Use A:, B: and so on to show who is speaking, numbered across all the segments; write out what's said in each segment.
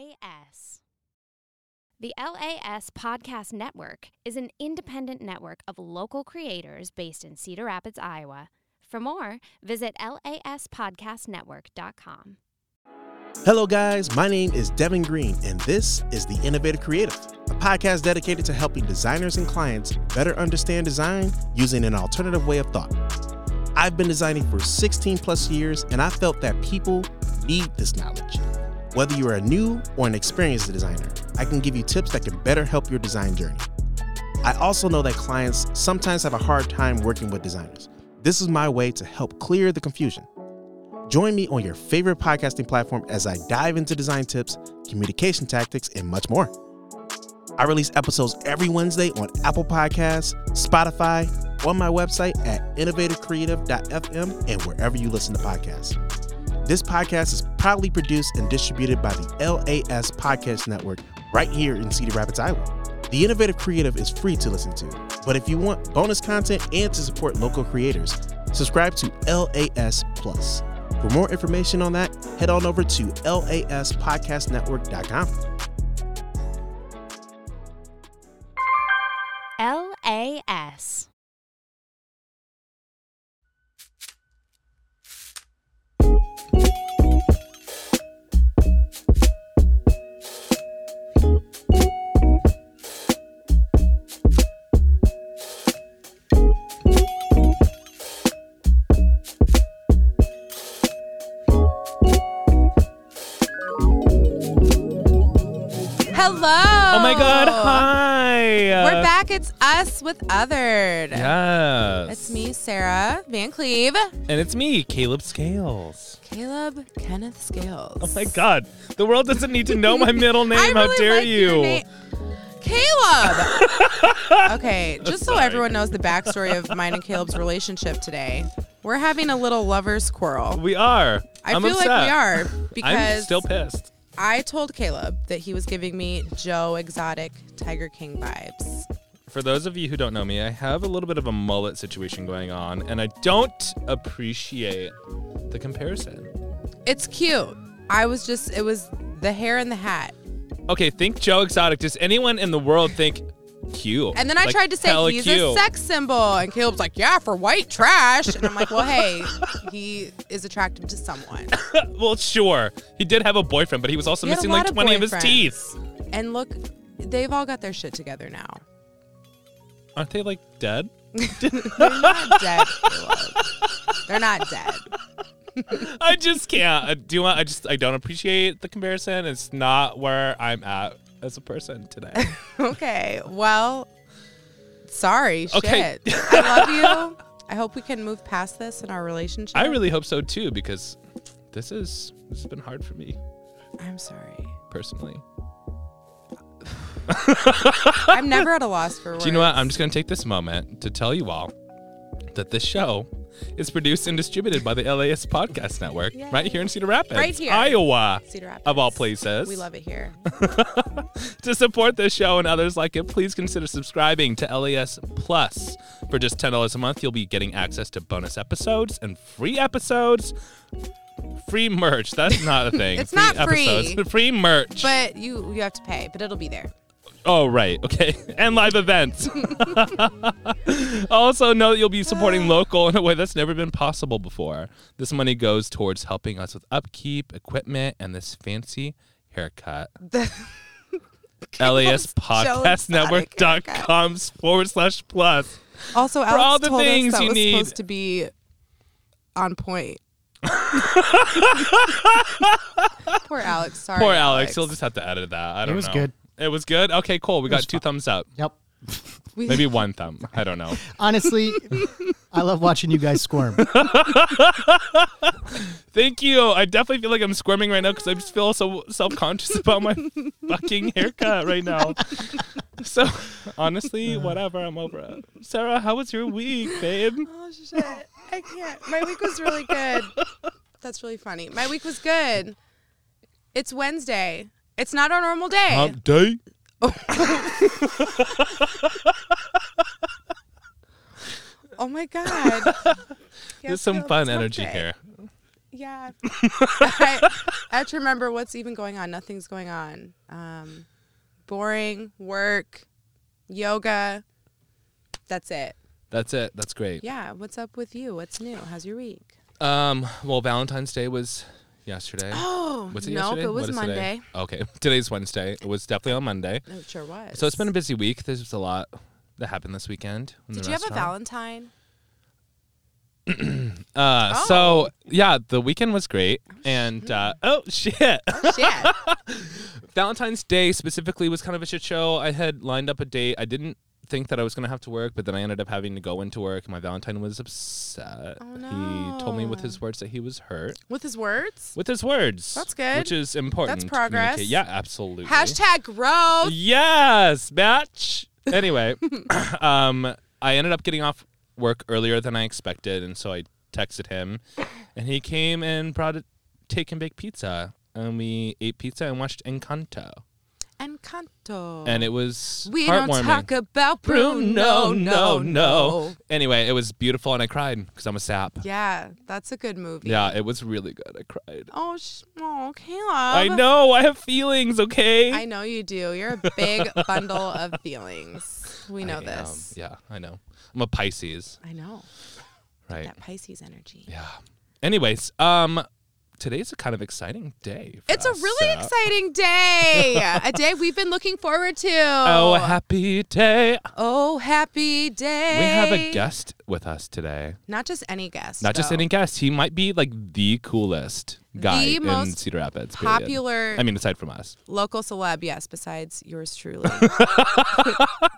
A: LAS. The LAS Podcast Network is an independent network of local creators based in Cedar Rapids, Iowa. For more, visit laspodcastnetwork.com.
B: Hello, guys. My name is Devin Green, and this is The Innovative Creative, a podcast dedicated to helping designers and clients better understand design using an alternative way of thought. I've been designing for 16 plus years, and I felt that people need this knowledge. Whether you are a new or an experienced designer, I can give you tips that can better help your design journey. I also know that clients sometimes have a hard time working with designers. This is my way to help clear the confusion. Join me on your favorite podcasting platform as I dive into design tips, communication tactics, and much more. I release episodes every Wednesday on Apple Podcasts, Spotify, on my website at innovativecreative.fm, and wherever you listen to podcasts. This podcast is proudly produced and distributed by the LAS Podcast Network right here in Cedar Rapids, Iowa. The Innovative Creative is free to listen to, but if you want bonus content and to support local creators, subscribe to LAS Plus. For more information on that, head on over to laspodcastnetwork.com.
A: LAS.
C: Hello.
D: Oh my god, hi.
C: We're back. It's us with Othered.
D: Yes.
C: It's me, Sarah Van Cleve.
D: And it's me, Caleb Scales.
C: Caleb Kenneth Scales.
D: Oh my god. The world doesn't need to know my middle name.
C: I
D: How
C: really
D: dare
C: like your
D: you?
C: na- Caleb! okay, just so
D: Sorry.
C: everyone knows the backstory of mine and Caleb's relationship today, we're having a little lover's quarrel.
D: We are.
C: I
D: I'm
C: feel
D: upset.
C: like we are
D: I'm
C: because
D: still pissed.
C: I told Caleb that he was giving me Joe Exotic Tiger King vibes.
D: For those of you who don't know me, I have a little bit of a mullet situation going on, and I don't appreciate the comparison.
C: It's cute. I was just, it was the hair and the hat.
D: Okay, think Joe Exotic. Does anyone in the world think cute?
C: And then I
D: Like,
C: tried to say
D: hella
C: he's a
D: cute.
C: sex symbol, and Caleb's like, "Yeah, for white trash." And I'm like, "Well, hey, he is attractive to someone."
D: Well, sure. He did have a boyfriend, but he was also
C: He had a
D: missing
C: lot
D: like 20 of his
C: boyfriends.
D: teeth.
C: And look, they've all got their shit together now.
D: Aren't they like dead?
C: They're not dead. Caleb. They're not dead.
D: I just can't. I do want, I just I don't appreciate the comparison. It's not where I'm at as a person today.
C: Okay. Well, sorry.
D: Okay.
C: Shit. I love you. I hope we can move past this in our relationship.
D: I really hope so too because this is this has been hard for me
C: I'm sorry.
D: personally.
C: I'm never at a loss for words.
D: Do you know what? I'm just going to take this moment to tell you all that this show is produced and distributed by the LAS Podcast Network right here in Cedar Rapids,
C: Right here.
D: Iowa.
C: Cedar Rapids.
D: Of all places.
C: We love it here.
D: To support this show and others like it, please consider subscribing to LAS Plus. For just $10 a month, you'll be getting access to bonus episodes and free episodes. Free merch. That's not a thing.
C: It's not free.
D: Episodes. Free merch.
C: But you you have to pay, but it'll be there.
D: oh, right. Okay. And live events. also, know that you'll be supporting local in a way that's never been possible before. This money goes towards helping us with upkeep, equipment, and this fancy haircut. laspodcastnetwork.com forward slash plus.
C: Also, Alex
D: all the
C: told
D: things
C: us that
D: you
C: was
D: need.
C: supposed to be on point. Poor Alex. Sorry.
D: Poor Alex. He'll just have to edit that. I don't know.
E: was good.
D: It was good? Okay, cool. We got two thumbs up.
E: Yep.
C: We-
D: Maybe one thumb. I don't know.
E: Honestly, I love watching you guys squirm.
D: Thank you. I definitely feel like I'm squirming right now because I just feel so self conscious about my fucking haircut right now. So, honestly, whatever. I'm over it. Sarah, how was your week, babe?
C: Oh shit! I can't. My week was really good. That's really funny. My week was good. It's Wednesday. It's not our normal day.
D: Hump day.
C: oh my god!
D: There's some
C: Gabrielle, Oh it's hump
D: fun energy
C: day.
D: here.
C: Yeah. I, I have to remember what's even going on. Nothing's going on. Um, boring work, yoga. That's it.
D: That's it. That's great.
C: Yeah. What's up with you? What's new? How's your week?
D: Um. Well, Valentine's Day was yesterday.
C: Oh,
D: Was it
C: nope.
D: yesterday?
C: It was
D: What is today?
C: Monday.
D: Okay. Today's Wednesday. It was definitely on Monday.
C: No, It sure was.
D: So it's been a busy week. There's just a lot that happened this weekend. in the
C: Did you have a
D: restaurant.
C: Valentine?
D: Uh,
C: Oh. Mm-hmm.
D: So yeah, the weekend was great, and uh, oh shit,
C: Shit.
D: Valentine's Day specifically was kind of a shit show. I had lined up a date. I didn't think that I was gonna have to work, but then I ended up having to go into work. My Valentine was upset.
C: Oh,
D: He told me with
C: no.
D: his words that he was hurt
C: With his words?
D: with his words.
C: That's good.
D: Which is important. to
C: progress.
D: communicate. Yeah, absolutely.
C: Hashtag growth.
D: Yes, match. Anyway, um, I ended up getting off work earlier than I expected, and so I texted him, and he came and brought a take and bake pizza, and we ate pizza and watched Encanto,
C: Encanto.
D: and it was
C: we don't
D: heartwarming.
C: talk about Bruno.
D: Bruno, no, no. Anyway, it was beautiful, and I cried because I'm a sap.
C: Yeah, that's a good movie.
D: Yeah, it was really good. I cried.
C: Oh, sh- oh, Caleb.
D: I know. I have feelings. Okay.
C: I know you do. You're a big bundle of feelings. We know
D: I am.
C: this.
D: Yeah, I know. I'm a Pisces,
C: I know
D: right?
C: that Pisces energy.
D: Yeah. Anyways, um, today's a kind of exciting day. for
C: It's a
D: us,
C: really
D: uh,
C: exciting day. a day we've been looking forward to.
D: Oh, happy day!
C: Oh, happy day.
D: We have a guest with us today.
C: Not just any guest.
D: Not just
C: though.
D: any guest. He might be like the coolest guy
C: The
D: in
C: most
D: Cedar Rapids. period.
C: popular
D: I mean, aside from us.
C: local celeb, yes, besides yours truly,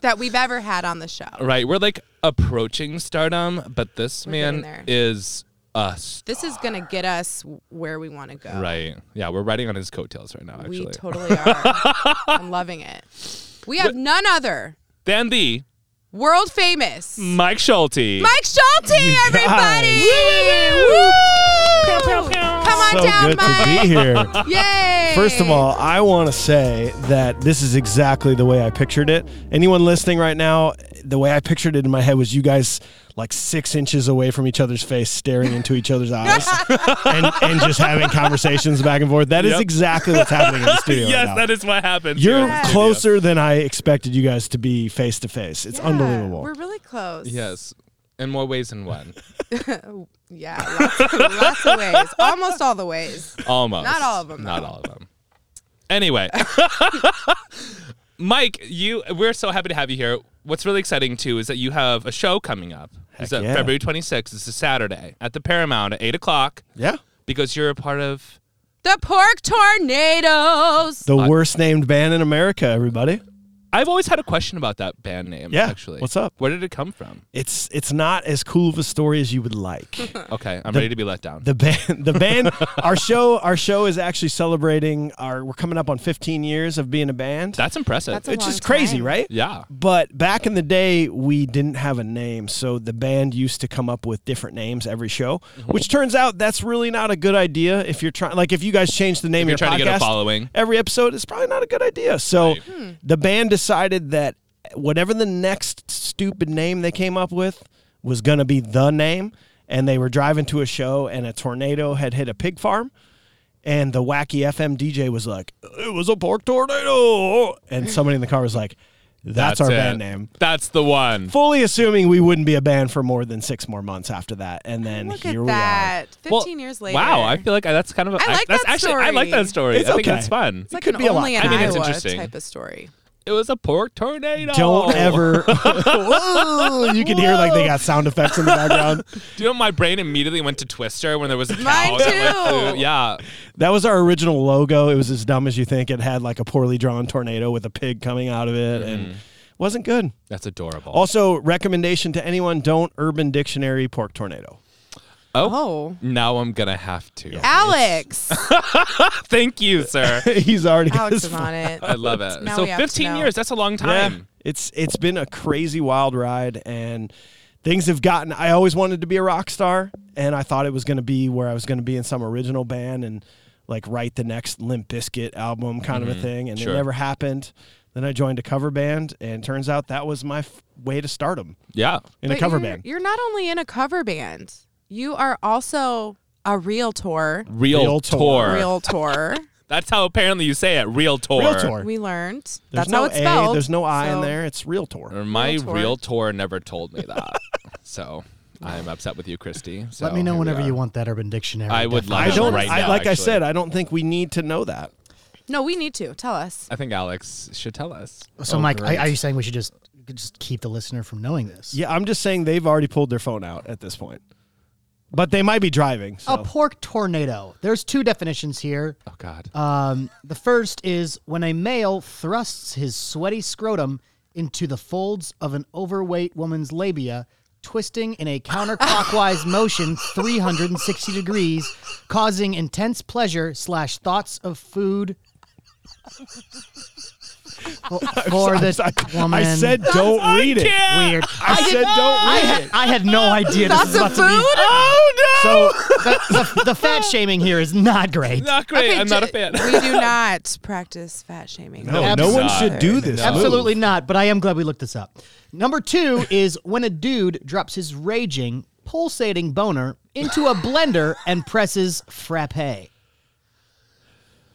C: that we've ever had on the show.
D: Right. We're like approaching stardom, but this
C: We're getting there.
D: man is us.
C: This is going to get us where we want to go.
D: Right. Yeah, we're riding on his coattails right now, actually.
C: We totally are. I'm loving it. We have none other
D: then the
C: world famous
D: Mike Schulte.
C: Mike Schulte, everybody. Woo! Come on
F: so
C: down,
F: Oh, good
C: Mike.
F: to be here.
C: Yay!
F: First of all, I want to say that this is exactly the way I pictured it. Anyone listening right now, the way I pictured it in my head was you guys like six inches away from each other's face, staring into each other's eyes, and, and just having conversations back and forth. That is
D: Yep.
F: exactly what's happening in the studio.
D: yes,
F: right now.
D: that is what happens.
F: You're
D: here in the studio.
F: closer than I expected you guys to be face to face. It's
C: Yeah,
F: unbelievable.
C: We're really close.
D: Yes. In more ways than one.
C: Yeah. Lots, lots of ways. Almost all the ways.
D: Almost.
C: Not all of 'em,
D: Not
C: though.
D: all of them. Anyway, Mike, you we're so happy to have you here. What's really exciting too is that you have a show coming up. It's
F: Heck
D: that
F: yeah.
D: February 26th. It's a Saturday at the Paramount at eight o'clock
F: yeah.
D: because you're a part of.
C: The pork tornadoes.
F: The worst named band in America, everybody.
D: I've always had a question about that band name.
F: Yeah.
D: actually,
F: What's up?
D: Where did it come from?
F: It's it's not as cool of a story as you would like.
D: Okay, I'm ready to be let down.
F: The band, the band, our show, our show is actually celebrating our. We're coming up on 15 years of being a band,
D: That's impressive.
C: That's a-
F: which
C: long
F: is crazy,
C: time.
F: right?
D: yeah.
F: But back in the day, we didn't have a name, so the band used to come up with different names every show.
D: Mm-hmm.
F: Which turns out that's really not a good idea if you're trying. Like if you guys change the name
D: If you're trying
F: of your
D: to get a
F: podcast
D: following.
F: every episode, it's probably not a good idea. So
D: Right.
F: the band decided that whatever the next stupid name they came up with was gonna be the name. And they were driving to a show, and a tornado had hit a pig farm and the wacky FM DJ was like, "It was a pork tornado," and somebody in the car was like, "That's, our
D: it.
F: band name."
D: That's the one.
F: Fully assuming we wouldn't be a band for more than six more months after that, and then
C: Look
F: here
C: at
F: we are.
C: that.
D: Well,
C: 15 years later.
D: Wow, I feel like I- that's kind of. A,
C: I like
D: that's
C: that
D: actually I like
C: story.
D: that story.
F: It's
D: I think
F: okay.
D: that's fun.
C: It's like
F: could
C: an
F: be a lot.
C: only in
D: I mean, it's
C: Iowa
D: interesting.
C: type of story.
D: It was a pork tornado.
F: Don't ever. Whoa, you can hear like they got sound effects in the background.
D: Do you know my brain immediately went to Twister when there was a cow?
C: Mine
D: that went
C: too.
D: through- Yeah.
F: That was our original logo. It was as dumb as you think. It had like a poorly drawn tornado with a pig coming out of it, and wasn't good.
D: That's adorable.
F: Also, recommendation to anyone: don't Urban Dictionary pork tornado.
C: Oh.
D: now I'm gonna have to.
C: Alex.
D: Thank you, sir.
F: He's already got
C: Alex
F: his
C: is on it.
D: I love it.
C: Now
D: so
C: we have to
D: 15
C: know.
D: years, that's a long time.
F: It's it's been a crazy wild ride and things have gotten I always wanted to be a rock star and I thought it was going to be where I was going to be in some original band and like write the next Limp Bizkit album kind of a thing and
D: Mm-hmm. sure.
F: it never happened. Then I joined a cover band and turns out that was my f- way to stardom
D: Yeah.
F: in
C: But
F: a cover
C: you're-
F: band.
C: You're not only in a cover band, you are also a realtor.
D: Real,
F: Realtor.
D: tour.
C: Realtor.
D: That's how apparently you say it. Real tour.
F: Realtor.
C: we learned.
F: There's
C: That's
F: no
C: how it's spelled.
F: A, there's no I in
C: so-
F: there. It's Realtor.
D: Or my
C: Realtor.
D: realtor never told me that. so I'm upset with you, Christy. So
E: Let me know
D: Oh, here we
E: whenever
D: are.
E: you want that Urban Dictionary.
D: I would
E: definition.
D: love
F: I
D: it
F: don't.
D: right
F: I,
D: now,
F: like I
D: actually.
F: said, I don't think we need to know that.
C: No, we need to. Tell us.
D: I think Alex should tell us.
E: So, Mike, are, are you saying we should just just keep the listener from knowing this?
F: Yeah, I'm just saying they've already pulled their phone out at this point, but they might be driving. So.
E: A pork tornado. There's two definitions here.
D: Oh God.
E: Um, the first is when a male thrusts his sweaty scrotum into the folds of an overweight woman's labia, twisting in a counterclockwise motion 360 degrees, causing intense pleasure slash thoughts of food. For, for this woman,
F: I said don't read it.
E: weird.
F: I said
E: I
F: don't read
E: had,
F: it.
E: I had no idea this
C: That's
E: was
C: a
E: about to be.
C: food.
F: Oh no!
E: The, the, the fat shaming here is not great.
D: Not great.
C: Okay,
D: I'm not a
C: d-
D: fan.
C: we do not practice fat shaming.
F: No, no
E: Absolutely
F: one should do this.
D: No.
F: move.
E: Absolutely not, but I am glad we looked this up. Number two is when a dude drops his raging, pulsating boner into a blender and presses frappe.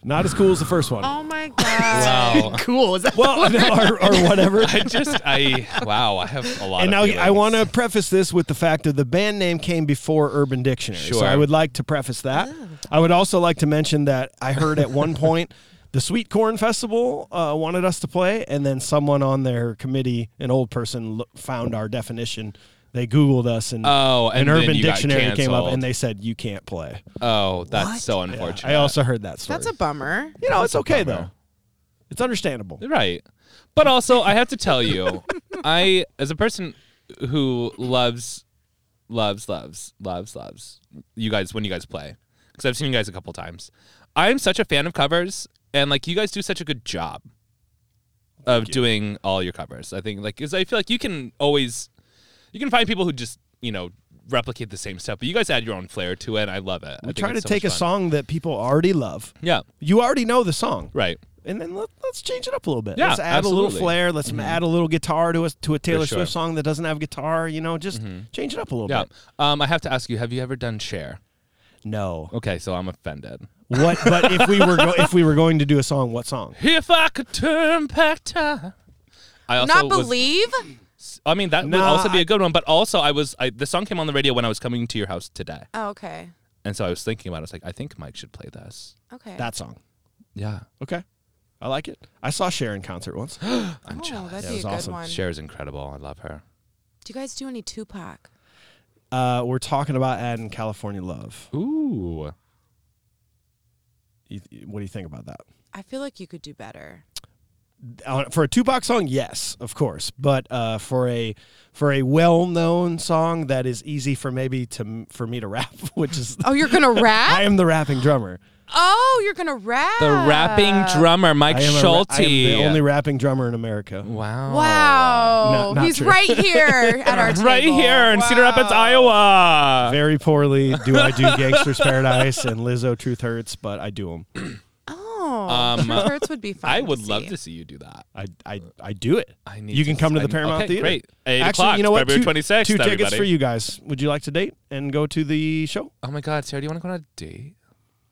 F: Not as cool as the first one.
C: Oh my god.
D: Wow.
E: Cool. Is that
F: Well, no, or, or whatever.
D: I just I wow. I have a lot.
F: And
D: of
F: now I
D: feelings.
F: want to preface this with the fact that the band name came before Urban Dictionary. So
D: Sure.
F: I would like to preface that.
C: Ah.
F: I would also like to mention that I heard at one point the Sweet Corn Festival uh, wanted us to play, and then someone on their committee, an old person, lo- found our definition. They Googled us, and
D: Oh, and
F: an
D: then
F: Urban
D: you got
F: Dictionary came up,
D: canceled.
F: and they said you can't play.
D: Oh, that's so unfortunate.
F: I also heard that story.
C: That's a bummer.
F: you know, it's okay though.
D: bummer.
F: It's understandable.
D: Right. But also, I have to tell you, I as a person who loves loves loves loves loves you guys when you guys play cuz I've seen you guys a couple times. I'm such a fan of covers and like you guys do such a good job of doing all your covers. I think like cuz I feel like you can always you can find people who just, you know, replicate the same stuff, but you guys add your own flair to it. and I love it. I
F: We
D: think
F: try to
D: it's so
F: take a
D: much fun.
F: song that people already love.
D: Yeah.
F: You already know the song,
D: Right.
F: and then let, let's change it up a little bit.
D: Yeah,
F: let's add a little
D: absolutely. Mm-hmm.
F: flair. Let's add a little guitar to a to a Taylor
D: sure. Mm-hmm.
F: Swift song that doesn't have guitar. You know, just change it up a little
D: Yeah.
F: bit.
D: Um I have to ask you, have you ever done share?
F: No,
D: Okay, so I'm offended.
F: what? But if we were go, if we were going to do a song, what song?
D: If I could turn back time. I also
C: Not
D: was-
C: believe.
D: I mean, that would
F: Nah,
D: also be
F: I-
D: a good one. But also, I was I, the song came on the radio when I was coming to your house today,
C: Oh, okay.
D: and so I was thinking about. it. I was like, I think Mike should play this.
C: Okay.
F: That song.
D: Yeah,
F: Okay, I like it. I saw Cher in concert once.
D: I'm
C: oh,
D: jealous.
C: that'd
F: That
C: be
F: was
C: a good
F: awesome.
C: one.
D: Cher is incredible. I love her.
C: Do you guys do any Tupac?
F: Uh, we're talking about adding California Love.
D: Ooh,
F: You- you- What do you think about that?
C: I feel like you could do better.
F: on- for a Tupac song, yes, of course, but uh, for a for a well known song that is easy for maybe to for me to rap, which is
C: Oh, you're gonna
F: I
C: rap?
F: am the rapping drummer.
C: oh, you're gonna rap.
D: the
C: Uh,
D: rapping drummer Mike
F: I am, a ra-
D: Schulte.
F: I am the only rapping drummer in America.
D: wow.
C: Wow.
F: No, not
C: He's
F: true.
C: right here at our table.
D: Right here in Cedar Rapids,
C: Wow.
D: Iowa.
F: Very poorly do I do Gangster's Paradise and Lizzo Truth Hurts, but I do them.
C: Oh,
D: Um,
C: Truth Hurts would be fun.
D: I would love
C: see.
D: to see you do that.
F: I, I, I do it.
D: I need
F: you can
D: to-
F: come to
D: I-
F: the Paramount
D: okay,
F: Theater.
D: great. Eight
F: Actually,
D: o'clock,
F: you know what?
D: February
F: Two-
D: 26th,
F: Two tickets
D: everybody.
F: for you guys. Would you like to date and go to the show?
D: Oh my God, Sarah, do you want to go on a date?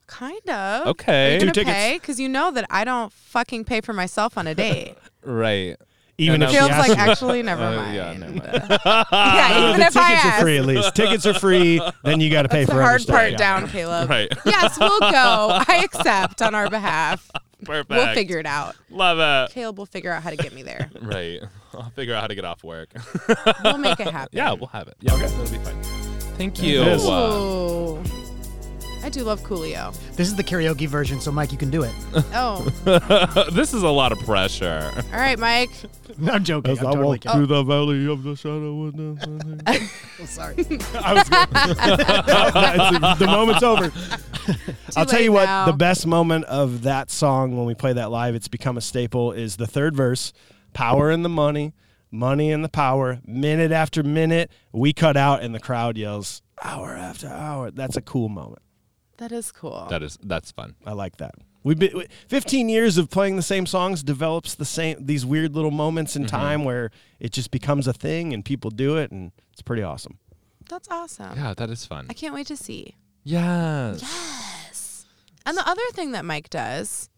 C: Kind of.
D: Okay.
C: Are you
D: Two
C: gonna
F: tickets.
C: pay? Because you know that I don't fucking pay for myself on a date.
D: Right.
F: Even
D: And uh, I'm-
F: if she
C: Caleb's
F: asks
C: like,
F: you.
C: actually, never
D: Uh,
C: mind.
D: Oh, yeah, never mind.
C: Yeah, even
F: the
C: if I
F: tickets are
C: ask.
F: free at least. Tickets are free. Then you got to pay
C: It's
F: for
C: the
F: other
C: hard
F: stuff.
C: part
F: Yeah.
C: down, Caleb.
D: Right.
C: Yes, we'll go. I accept on our behalf.
D: Perfect.
C: We'll figure it out.
D: Love it.
C: Caleb will figure out how to get me there.
D: Right. I'll figure out how to get off work.
C: We'll make it happen.
D: yeah, we'll have it. Yeah, okay. It'll be fine. Thank you.
F: it is.
D: Uh,
C: Ooh. I do love Coolio.
E: This is the karaoke version, so Mike, you can do it.
C: Oh,
D: this is a lot of pressure.
C: all right, Mike.
E: I'm joking. I'm totally kidding.
F: through the valley of the shadow of death.
E: Oh, Sorry.
F: I was good. the moment's over. I'll tell
C: late
F: you what,
C: now.
F: the best moment of that song when we play that live, it's become a staple, is the third verse Power and the money, money and the power. Minute after minute, we cut out and the crowd yells, hour after hour. That's a cool moment.
C: That is cool.
D: That is that's fun.
F: I like that. We've been we- 15 years of playing the same songs develops the same these weird little moments in time where it just becomes a thing and people do it and it's pretty awesome.
C: That's awesome.
D: Yeah, that is fun.
C: I can't wait to see.
D: Yes.
C: And the other thing that Mike does,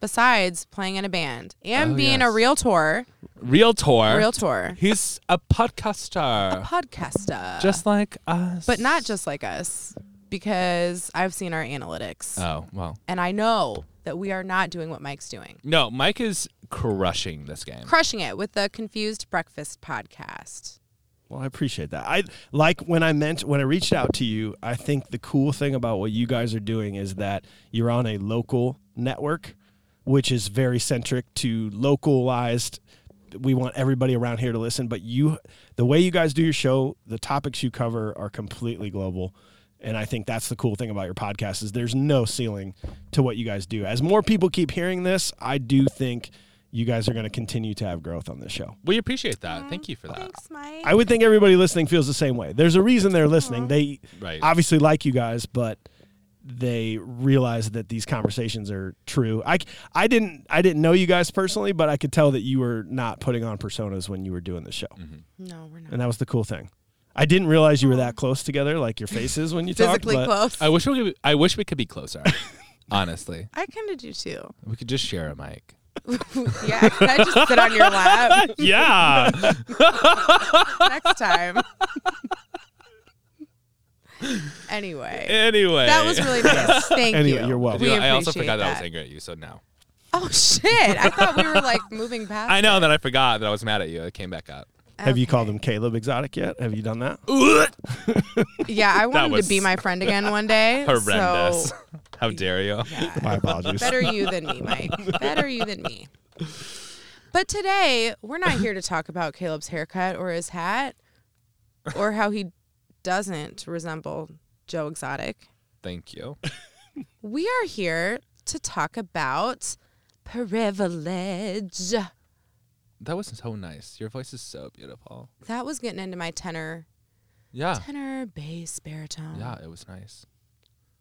C: besides playing in a band and
D: Oh,
C: being a
D: yes.
C: realtor,
D: Realtor.
C: realtor,
D: He's a podcaster.
C: podcaster,
D: just like us.
C: uh, but not just like us, because I've seen our analytics
D: Oh, well.
C: and I know that we are not doing what Mike's doing.
D: No, Mike is crushing this game.
C: Crushing it with the Confused Breakfast podcast.
F: Well, I appreciate that. I like when I meant when I reached out to you. I think the cool thing about what you guys are doing is that you're on a local network, which is very centric to localized. We want everybody around here to listen, but you, the way you guys do your show, the topics you cover are completely global, and I think that's the cool thing about your podcast is there's no ceiling to what you guys do. As more people keep hearing this, I do think you guys are going to continue to have growth on this show.
D: We appreciate that. Thank you for that.
C: Thanks, Mike.
F: I would think everybody listening feels the same way. There's a reason they're listening. They
D: Right.
F: obviously like you guys, but they realize that these conversations are true. I, c- I didn't I didn't know you guys personally, but I could tell that you were not putting on personas when you were doing the show,
C: no, we're not.
F: and that was the cool thing. I didn't realize you were that close together, like your faces when you talked.
C: Physically
F: but-
C: close.
D: I wish we could, I wish we could be closer. honestly,
C: I kind of do too.
D: we could just share a mic.
C: yeah, can I just sit on your lap
D: Yeah.
C: next time? anyway,
D: anyway.
C: that was really nice. Thank
F: Anyway,
C: you.
F: you're welcome.
C: We
D: You know, I also
C: appreciate
D: forgot that. I was angry at you, so now.
C: Oh shit! I thought we were like moving past.
D: I
C: it.
D: know that I forgot that I was mad at you. I came back up.
F: Have you called him Caleb Exotic yet? Have you done that?
C: Yeah, I want him to
D: was
C: be my friend again one day.
D: Horrendous.
C: So
D: How dare you?
F: My apologies.
C: better you than me, Mike. Better you than me. But today we're not here to talk about Caleb's haircut or his hat, or how he doesn't resemble Joe Exotic.
D: Thank you.
C: We are here to talk about privilege.
D: That was so nice. Your voice is so beautiful.
C: That was getting into my tenor,
D: Yeah.
C: tenor, bass, baritone.
D: Yeah, it was nice.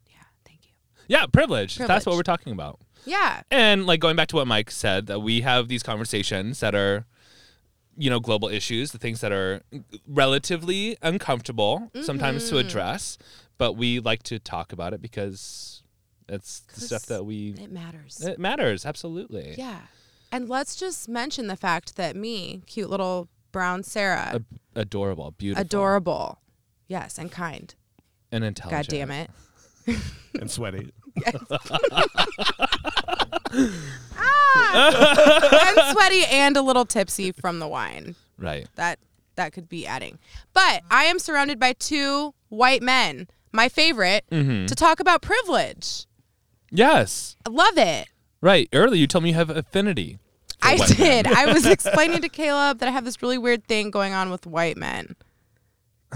C: Yeah, thank you.
D: Yeah, privilege. That's what
C: Privilege.
D: we're talking about.
C: Yeah,
D: And like going back to what Mike said, that we have these conversations that are, you know, global issues, the things that are relatively uncomfortable sometimes
C: Mm-hmm.
D: to address, but we like to talk about it because it's the stuff
C: 'Cause
D: that we
C: it matters.
D: it matters absolutely.
C: yeah. And let's just mention the fact that me, cute little brown Sarah,
D: A- adorable, beautiful,
C: adorable, yes, and kind.
D: and intelligent.
C: God damn it.
F: and sweaty.
C: I'm sweaty and a little tipsy from the wine.
D: Right.
C: That that could be adding. But I am surrounded by two white men, my favorite,
D: Mm-hmm.
C: to talk about privilege.
D: Yes.
C: I love it.
D: Right. Earlier you told me you have affinity. for
C: I
D: white men.
C: did. I was explaining to Caleb that I have this really weird thing going on with white men.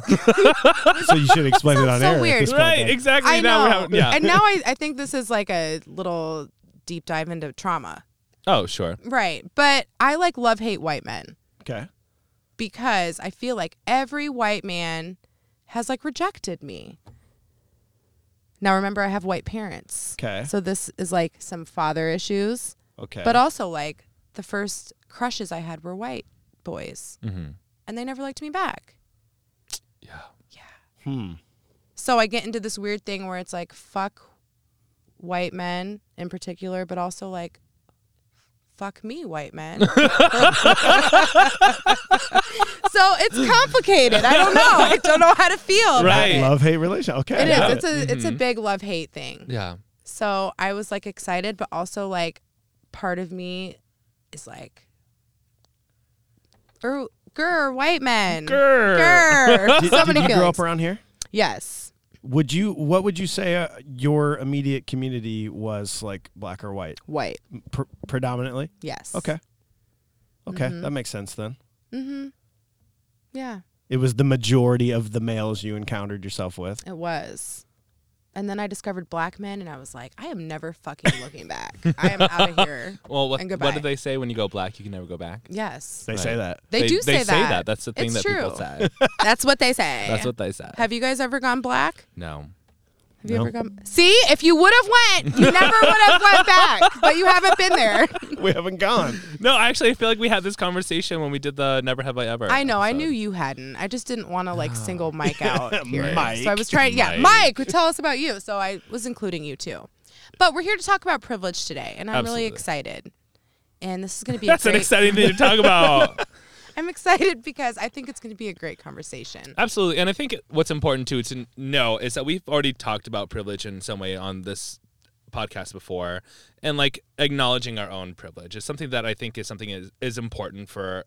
F: So you should explain it on
C: Sounds so
F: air. at
C: weird.
F: this point,
D: Right,
F: then.
D: exactly.
C: I
D: now
C: know.
D: we're having- yeah.
C: And now I, I think this is like a little deep dive into trauma.
D: oh, sure.
C: Right. But I like love hate white men
F: Okay.
C: because I feel like every white man has like rejected me. Now remember I have white parents.
F: 'Kay.
C: So this is like some father issues,
F: Okay.
C: but also like the first crushes I had were white boys. And they never liked me back.
D: Mm-hmm. Yeah.
C: So I get into this weird thing where it's like fuck white men in particular, but also like fuck me white men. so it's complicated. I don't know. I don't know how to feel. about
D: Right. Mm-hmm.
C: It
F: love hate relation. Okay.
C: It
F: I got
C: is. It's a it's a big love hate thing.
D: Yeah.
C: So I was like excited, but also like part of me is like er, grr, white men. Grr.
F: Did,
C: so
F: did
C: many
F: you grow up
C: feelings.
F: around here?
C: Yes.
F: Would you? What would you say uh, your immediate community was like, black or white,
C: White.
F: pr- predominantly?
C: Yes.
F: Okay, okay, that makes sense then.
C: Yeah.
F: It was the majority of the males you encountered yourself with.
C: It was. And then I discovered black men, and I was like, I am never fucking looking back. I am out of here.
D: Well, what,
C: And
D: what
C: goodbye.
D: do they say when you go black? You can never go back.
C: Yes.
F: They say that.
C: They, do say
D: they
C: that.
D: Say that. That's the thing
C: It's
D: that
C: true.
D: people say.
C: That's what they say.
D: That's what they say.
C: Have you guys ever gone black?
D: no.
C: Have you
F: No.
C: ever gone? See, if you would have went, you never would have went back. But you haven't been there.
F: we haven't gone.
D: No, actually, I feel like we had this conversation when we did the Never Have I Ever.
C: I know. I
D: episode.
C: knew you hadn't. I just didn't want to
D: Oh.
C: like single Mike out here.
F: Mike.
C: So I was trying. Yeah,
D: Mike.
C: Mike, tell us about you. So I was including you too. But we're here to talk about privilege today, and I'm
D: Absolutely.
C: really excited. And this is going to be.
D: That's
C: a
D: an
C: great,
D: exciting thing to talk about.
C: I'm excited because I think it's going to be a great conversation.
D: Absolutely. And I think what's important too to know is that we've already talked about privilege in some way on this podcast before and like acknowledging our own privilege is something that I think is something is, is important for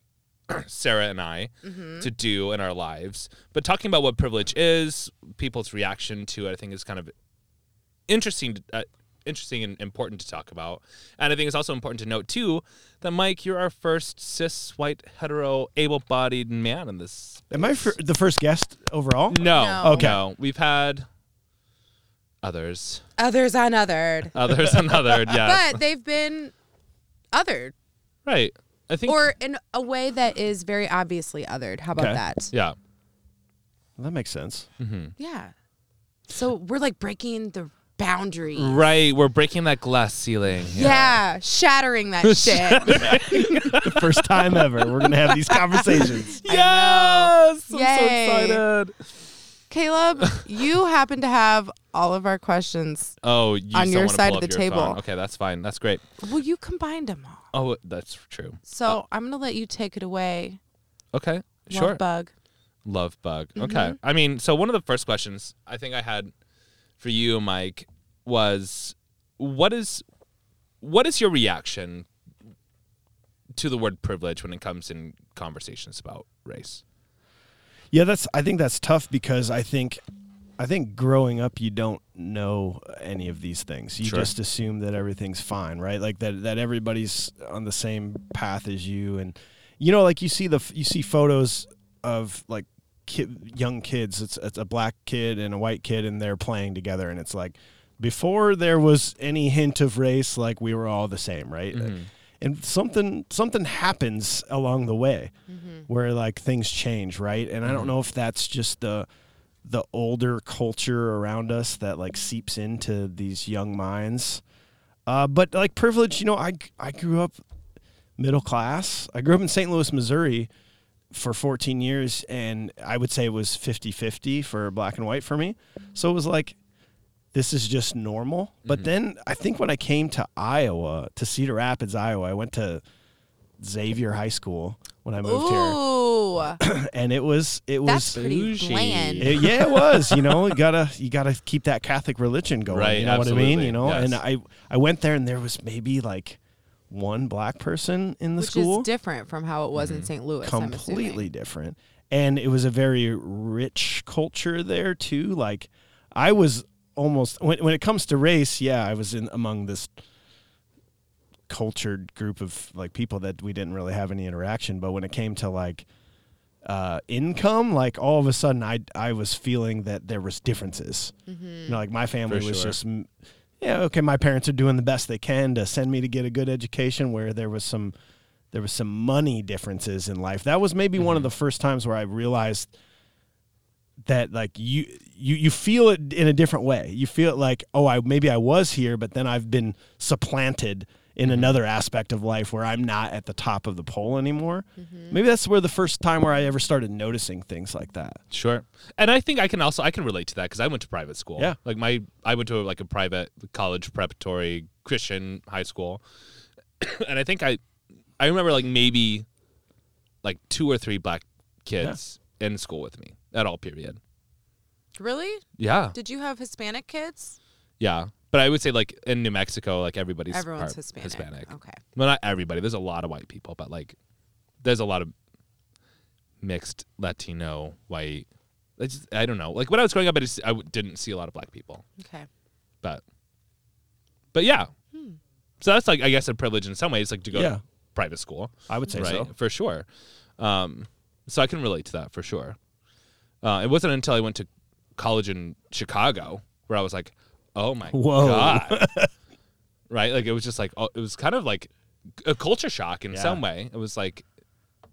D: Sarah and I to do in our lives. But talking about what privilege is, people's reaction to it, I think is kind of interesting uh, interesting and important to talk about. And I think it's also important to note too that Mike, you're our first cis white hetero able-bodied man in this
F: Am I fir- the first guest overall?
D: no.
C: No.
F: Okay.
D: No. We've had others.
C: Others on othered,
D: Others another. Yeah.
C: but they've been othered,
D: right. I think.
C: or in a way that is very obviously othered. How about
F: Okay.
C: that?
D: yeah.
F: That makes sense.
C: Yeah. So we're like breaking the boundary.
D: Right. We're breaking that glass ceiling.
C: Yeah, shattering that shit.
F: The first time ever we're going to have these conversations.
D: Yes. I'm so
C: Yay.
D: excited.
C: Caleb, you happen to have all of our questions.
D: Oh, you
C: On
D: still
C: your
D: wanna
C: side
D: pull
C: of
D: up
C: the
D: your phone.
C: table.
D: Okay, that's fine. That's great.
C: Well, you combined them all.
D: Oh, that's true.
F: Uh,
C: So I'm going to let you take it away.
D: Okay.
C: Love
D: sure.
C: Bug.
D: Love bug. Okay. I mean, so one of the first questions I think I had for you, Mike, was what is what is your reaction to the word privilege when it comes in conversations about race?
F: Yeah, that's I think that's tough because I think I think growing up you don't know any of these things. You
D: Sure.
F: just assume that everything's fine, right? Like that that everybody's on the same path as you and you know like you see the f- you see photos of like kid, young kids. It's it's a black kid and a white kid and they're playing together and it's like before there was any hint of race like we were all the same, right? And something something happens along the way where like things change, right? And I don't know if that's just the the older culture around us that like seeps into these young minds. Uh, but like privilege, you know, I I grew up middle class. I grew up in St. Louis, Missouri for 14 years and I would say it was 50-50 for black and white for me. So it was like this is just normal.
C: Mm-hmm.
F: But then I think when I came to Iowa, to Cedar Rapids, Iowa, I went to Xavier High School when I moved here
C: Ooh,
F: and it was it
C: that's
F: was
C: pretty
D: bougie.
C: bland.
F: it- yeah it was you know you gotta you gotta keep that catholic religion going
D: Right,
F: you know what i mean
D: absolutely,
F: you know
D: yes.
F: and i i went there and there was maybe like one black person in the
C: which
F: school Mm-hmm.
C: is different from how it was in St. Louis. I'm assuming.
F: completely different and it was a very rich culture there too like i was almost when, when it comes to race yeah i was in among this cultured group of like people that we didn't really have any interaction but when it came to like uh, income like all of a sudden i i was feeling that there was differences you know like my family
D: For
F: was
D: sure.
F: just m- yeah okay my parents are doing the best they can to send me to get a good education where there was some there was some money differences in life that was maybe
D: Mm-hmm.
F: one of the first times where i realized that like you you you feel it in a different way. You feel it like, oh, I maybe I was here, but then I've been supplanted in
C: Mm-hmm.
F: another aspect of life where I'm not at the top of the pole anymore.
C: Mm-hmm.
F: Maybe that's where the first time where I ever started noticing things like that.
D: Sure. And I think I can also I can relate to that because I went to private school.
F: Yeah.
D: Like my I went to like a private college preparatory Christian high school, and I think I I remember like maybe like two or three black kids in school with me at all period.
C: Really?
D: Yeah.
C: Did you have Hispanic kids?
D: Yeah. But I would say like in New Mexico, like everybody's
C: Everyone's
D: part
C: Hispanic.
D: Hispanic.
C: Okay.
D: Well, not everybody. There's a lot of white people, but like there's a lot of mixed Latino, white. I, just, I don't know. Like when I was growing up, I just I w- didn't see a lot of black people,
C: Okay.
D: but but yeah. So that's like I guess a privilege in some ways, like to go
F: Yeah.
D: to private school,
F: I would say
D: right?
F: so.
D: For sure. Um, so I can relate to that for sure. Uh, it wasn't until I went to college in Chicago where I was like, oh my
F: Whoa.
D: god, right? Like it was just like oh, it was kind of like a culture shock in
F: Yeah.
D: some way. It was like,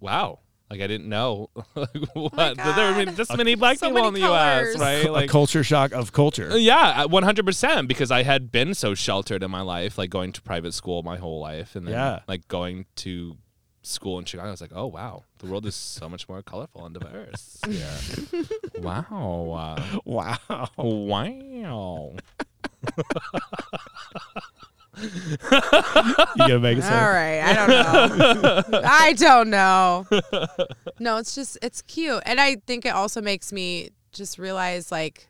D: wow, Like I didn't know what, that there were
C: Oh God.
D: this many black
C: So
D: people
C: many
D: in the
C: colors.
D: U.S. Right?
F: a
D: Like,
F: culture shock of culture.
D: Uh, yeah, one hundred percent. Because I had been so sheltered in my life, like going to private school my whole life, and then
F: Yeah.
D: like going to school in Chicago. I was like, oh wow, the world is so much more colorful and diverse. yeah. wow. Uh,
F: Wow.
D: wow.
F: You gonna make it
C: All right, I don't know. I don't know. No, it's just it's cute, and I think it also makes me just realize like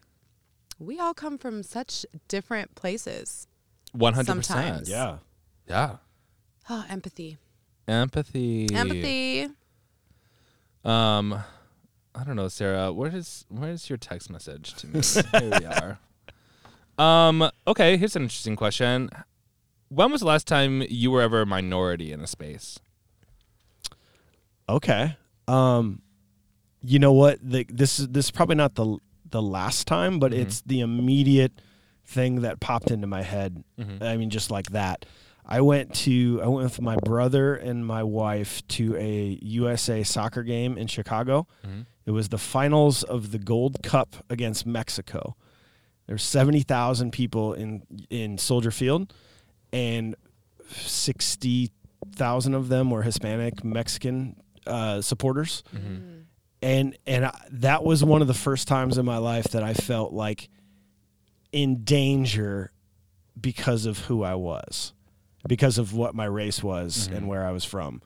C: we all come from such different places.
D: One hundred
C: Sometimes.
D: percent.
F: Yeah.
D: Yeah.
C: Oh, empathy,
D: Empathy.
C: empathy.
D: Um, I don't know, Sarah. Where is where is your text message to me? Here we are. Um. Okay. Here's an interesting question. When was the last time you were ever a minority in a space?
F: Okay. Um, you know what? The, this is this is probably not the the last time, but it's the immediate thing that popped into my head. I mean, just like that. I went to I went with my brother and my wife to a USA soccer game in Chicago. It was the finals of the Gold Cup against Mexico. There's seventy thousand people in in Soldier Field, and sixty thousand of them were Hispanic Mexican uh, supporters, and and I, that was one of the first times in my life that I felt like in danger because of who I was, because of what my race was and where I was from.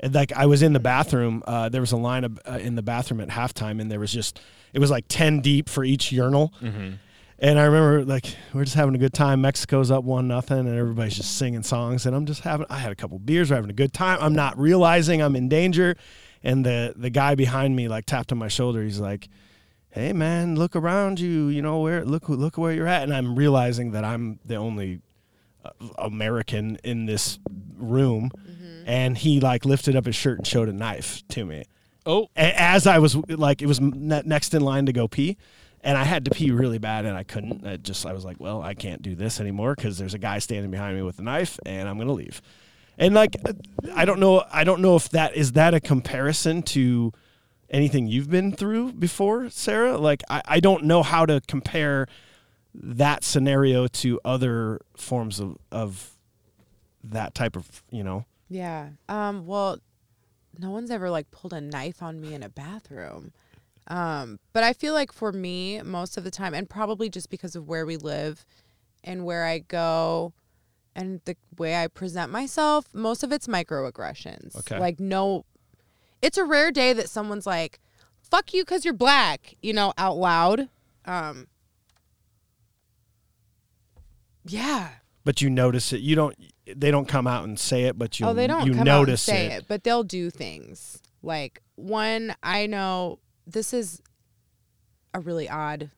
F: And like I was in the bathroom, uh, there was a line of, uh, in the bathroom at halftime, and there was just it was like ten deep for each urinal. And I remember like we're just having a good time. Mexico's up one nothing, and everybody's just singing songs. And I'm just having I had a couple beers, we're having a good time. I'm not realizing I'm in danger. And the the guy behind me like tapped on my shoulder. He's like, "Hey man, look around you. You know where look who- look where you're at." And I'm realizing that I'm the only uh, American in this room. And he like lifted up his shirt and showed a knife to me
D: Oh,
F: a- as I was like, it was ne- next in line to go pee, and I had to pee really bad, and I couldn't. I just I was like, well, I can't do this anymore because there's a guy standing behind me with a knife, and I'm gonna leave. And like, uh, I don't know, I don't know if that is that a comparison to anything you've been through before, Sarah. Like, I, I don't know how to compare that scenario to other forms of of that type of you know.
C: Yeah. Um. Well, no one's ever like pulled a knife on me in a bathroom. Um. But I feel like for me, most of the time, and probably just because of where we live, and where I go, and the way I present myself, most of it's microaggressions.
F: Okay.
C: Like no, it's a rare day that someone's like, "Fuck you," because you're black. You know, out loud. Um. Yeah.
F: but you notice it. You don't. They don't come out and say it, but you.
C: oh, they don't
F: You
C: come
F: notice
C: out and say
F: it.
C: it. but they'll do things. Like one, I know this is a really odd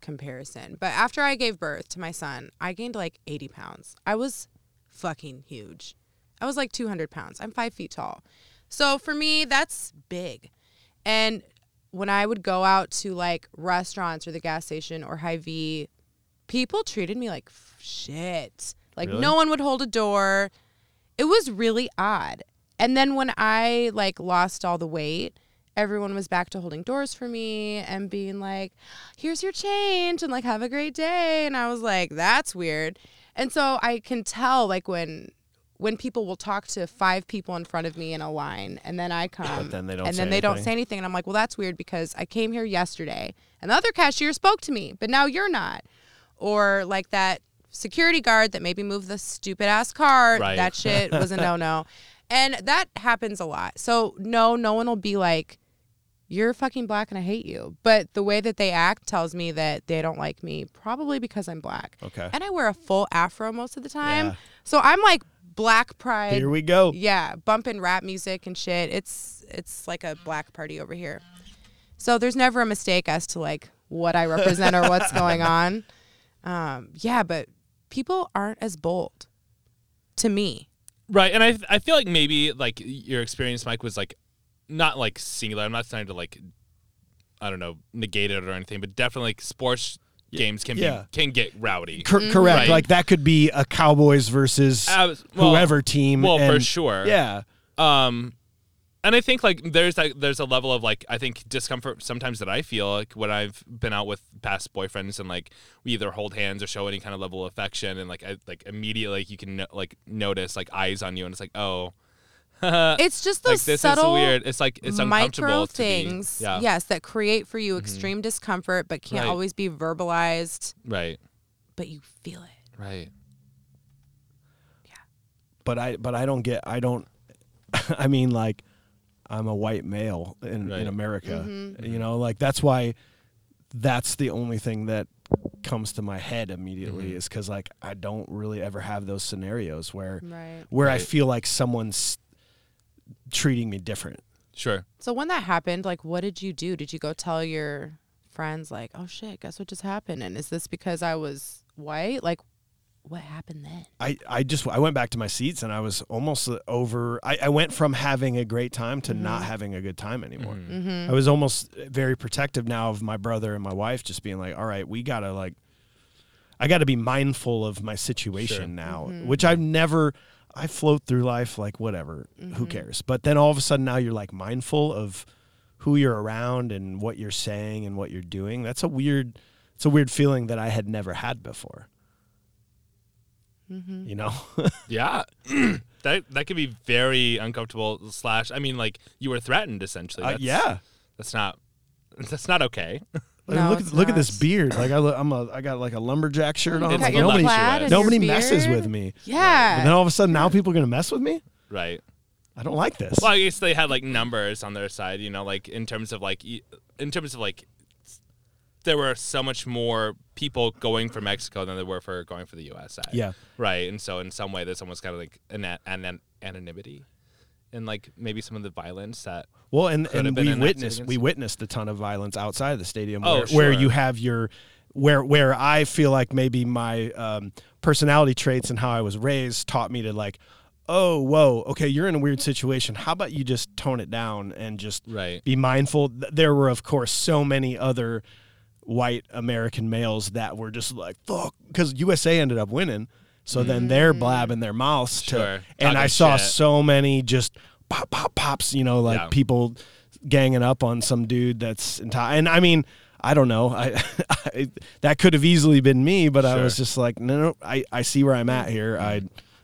C: comparison, but after I gave birth to my son, I gained like eighty pounds. I was fucking huge. I was like two hundred pounds. I'm five feet tall, so for me that's big. And when I would go out to like restaurants or the gas station or High V, people treated me like f- shit. Like no one would hold a door it was really odd. And then when I like lost all the weight, everyone was back to holding doors for me and being like, "Here's your change and like have a great day." And I was like, "That's weird." And so I can tell like when when people will talk to five people in front of me in a line and then I come
F: then they don't
C: and
F: say
C: then they don't
F: anything.
C: say anything and I'm like, "Well, that's weird because I came here yesterday and the other cashier spoke to me, but now you're not." Or like that security guard that maybe moved the stupid ass car
D: Right.
C: that shit was a no no. And that happens a lot. So, no, no one will be like, you're fucking black and I hate you. But the way that they act tells me that they don't like me, probably because I'm black.
F: Okay.
C: And I wear a full afro most of the time.
F: Yeah.
C: So, I'm like black pride.
F: Here we go.
C: yeah, bumping rap music and shit. It's it's like a black party over here. So there's never a mistake as to like what I represent or what's going on. Um, yeah, but people aren't as bold to me.
D: Right, and I I feel like maybe like your experience, Mike, was like not like singular. I'm not trying to like I don't know negate it or anything, but definitely like, sports games can
F: Yeah.
D: be can get rowdy.
F: Cor-
C: Mm-hmm.
F: Correct.
D: Right.
F: Like that could be a Cowboys versus
D: Abs- well-
F: whoever team.
D: well, for
F: and-
D: sure.
F: Yeah.
D: Um, and I think like there's like there's a level of like I think discomfort sometimes that I feel like when I've been out with past boyfriends and like we either hold hands or show any kind of level of affection and like I like immediately like you can no- like notice like eyes on you and it's like oh
C: It's just
D: like
C: those
D: this
C: subtle
D: is weird it's like it's uncomfortable
C: micro
D: to be-
C: things,
D: yeah Mm-hmm.
C: yes, that create for you extreme discomfort, but can't
D: Right.
C: always be verbalized,
D: right
C: but you feel it.
D: right
F: but I but I don't get I don't I mean like I'm a white male in,
D: Right.
F: in America.
C: Mm-hmm.
F: You know, like that's why that's the only thing that comes to my head immediately
D: Mm-hmm.
F: is cuz like I don't really ever have those scenarios where
C: Right.
F: where I
D: Right.
F: feel like someone's treating me different.
D: sure
C: So when that happened, like, what did you do? Did you go tell your friends, like, oh shit, guess what just happened? And is this because I was white? Like, what happened then?
F: I, I just I went back to my seats and I was almost over I, I went from having a great time to not having a good time anymore. I was almost very protective now of my brother and my wife just being like, all right, we gotta like I gotta be mindful of my situation
D: Sure.
F: now. Which I've never I float through life like whatever, who cares? But then all of a sudden now you're like mindful of who you're around and what you're saying and what you're doing. That's a weird it's a weird feeling that I had never had before. You know?
D: yeah that that could be very uncomfortable slash I mean like you were threatened essentially
F: Uh,
D: that's,
F: yeah.
D: that's not that's not okay
F: Like,
C: No,
F: look
C: it's
F: at look at
C: not.
F: this beard. Like I look, I'm a I got like a lumberjack shirt on.
D: It's
F: Like,
D: got your
F: nobody
D: plaid and your
F: nobody messes with me.
C: Yeah.
F: And then all of a sudden now people are gonna mess with me?
D: right
F: I don't like this.
D: Well, I guess they had like numbers on their side, you know, like in terms of like, e- in terms of like, s- there were so much more people going for Mexico than there were for going for the U.S. side.
F: Yeah.
D: Right. And so in some way, there's almost kind of like an, an, an anonymity, and like maybe some of the violence that.
F: Well, and,
D: Could have
F: and
D: been
F: we
D: enacted
F: witnessed we
D: against-
F: witnessed a ton of violence outside of the stadium
D: Oh,
F: where, where
D: sure.
F: you have your where where I feel like maybe my um, personality traits and how I was raised taught me to like, oh whoa, okay, you're in a weird situation. How about you just tone it down and just
D: Right.
F: be mindful. Th- There were of course so many other white American males that were just like fuck because USA ended up winning. So then they're blabbing their mouths
D: Mm. Sure.
F: to, and I
D: Talking
F: saw
D: shit.
F: so many just pop pop pops you know like
D: Yeah.
F: people ganging up on some dude that's entire and i mean i don't know i, I that could have easily been me but i was
D: Sure.
F: just like no no i i see where i'm at here i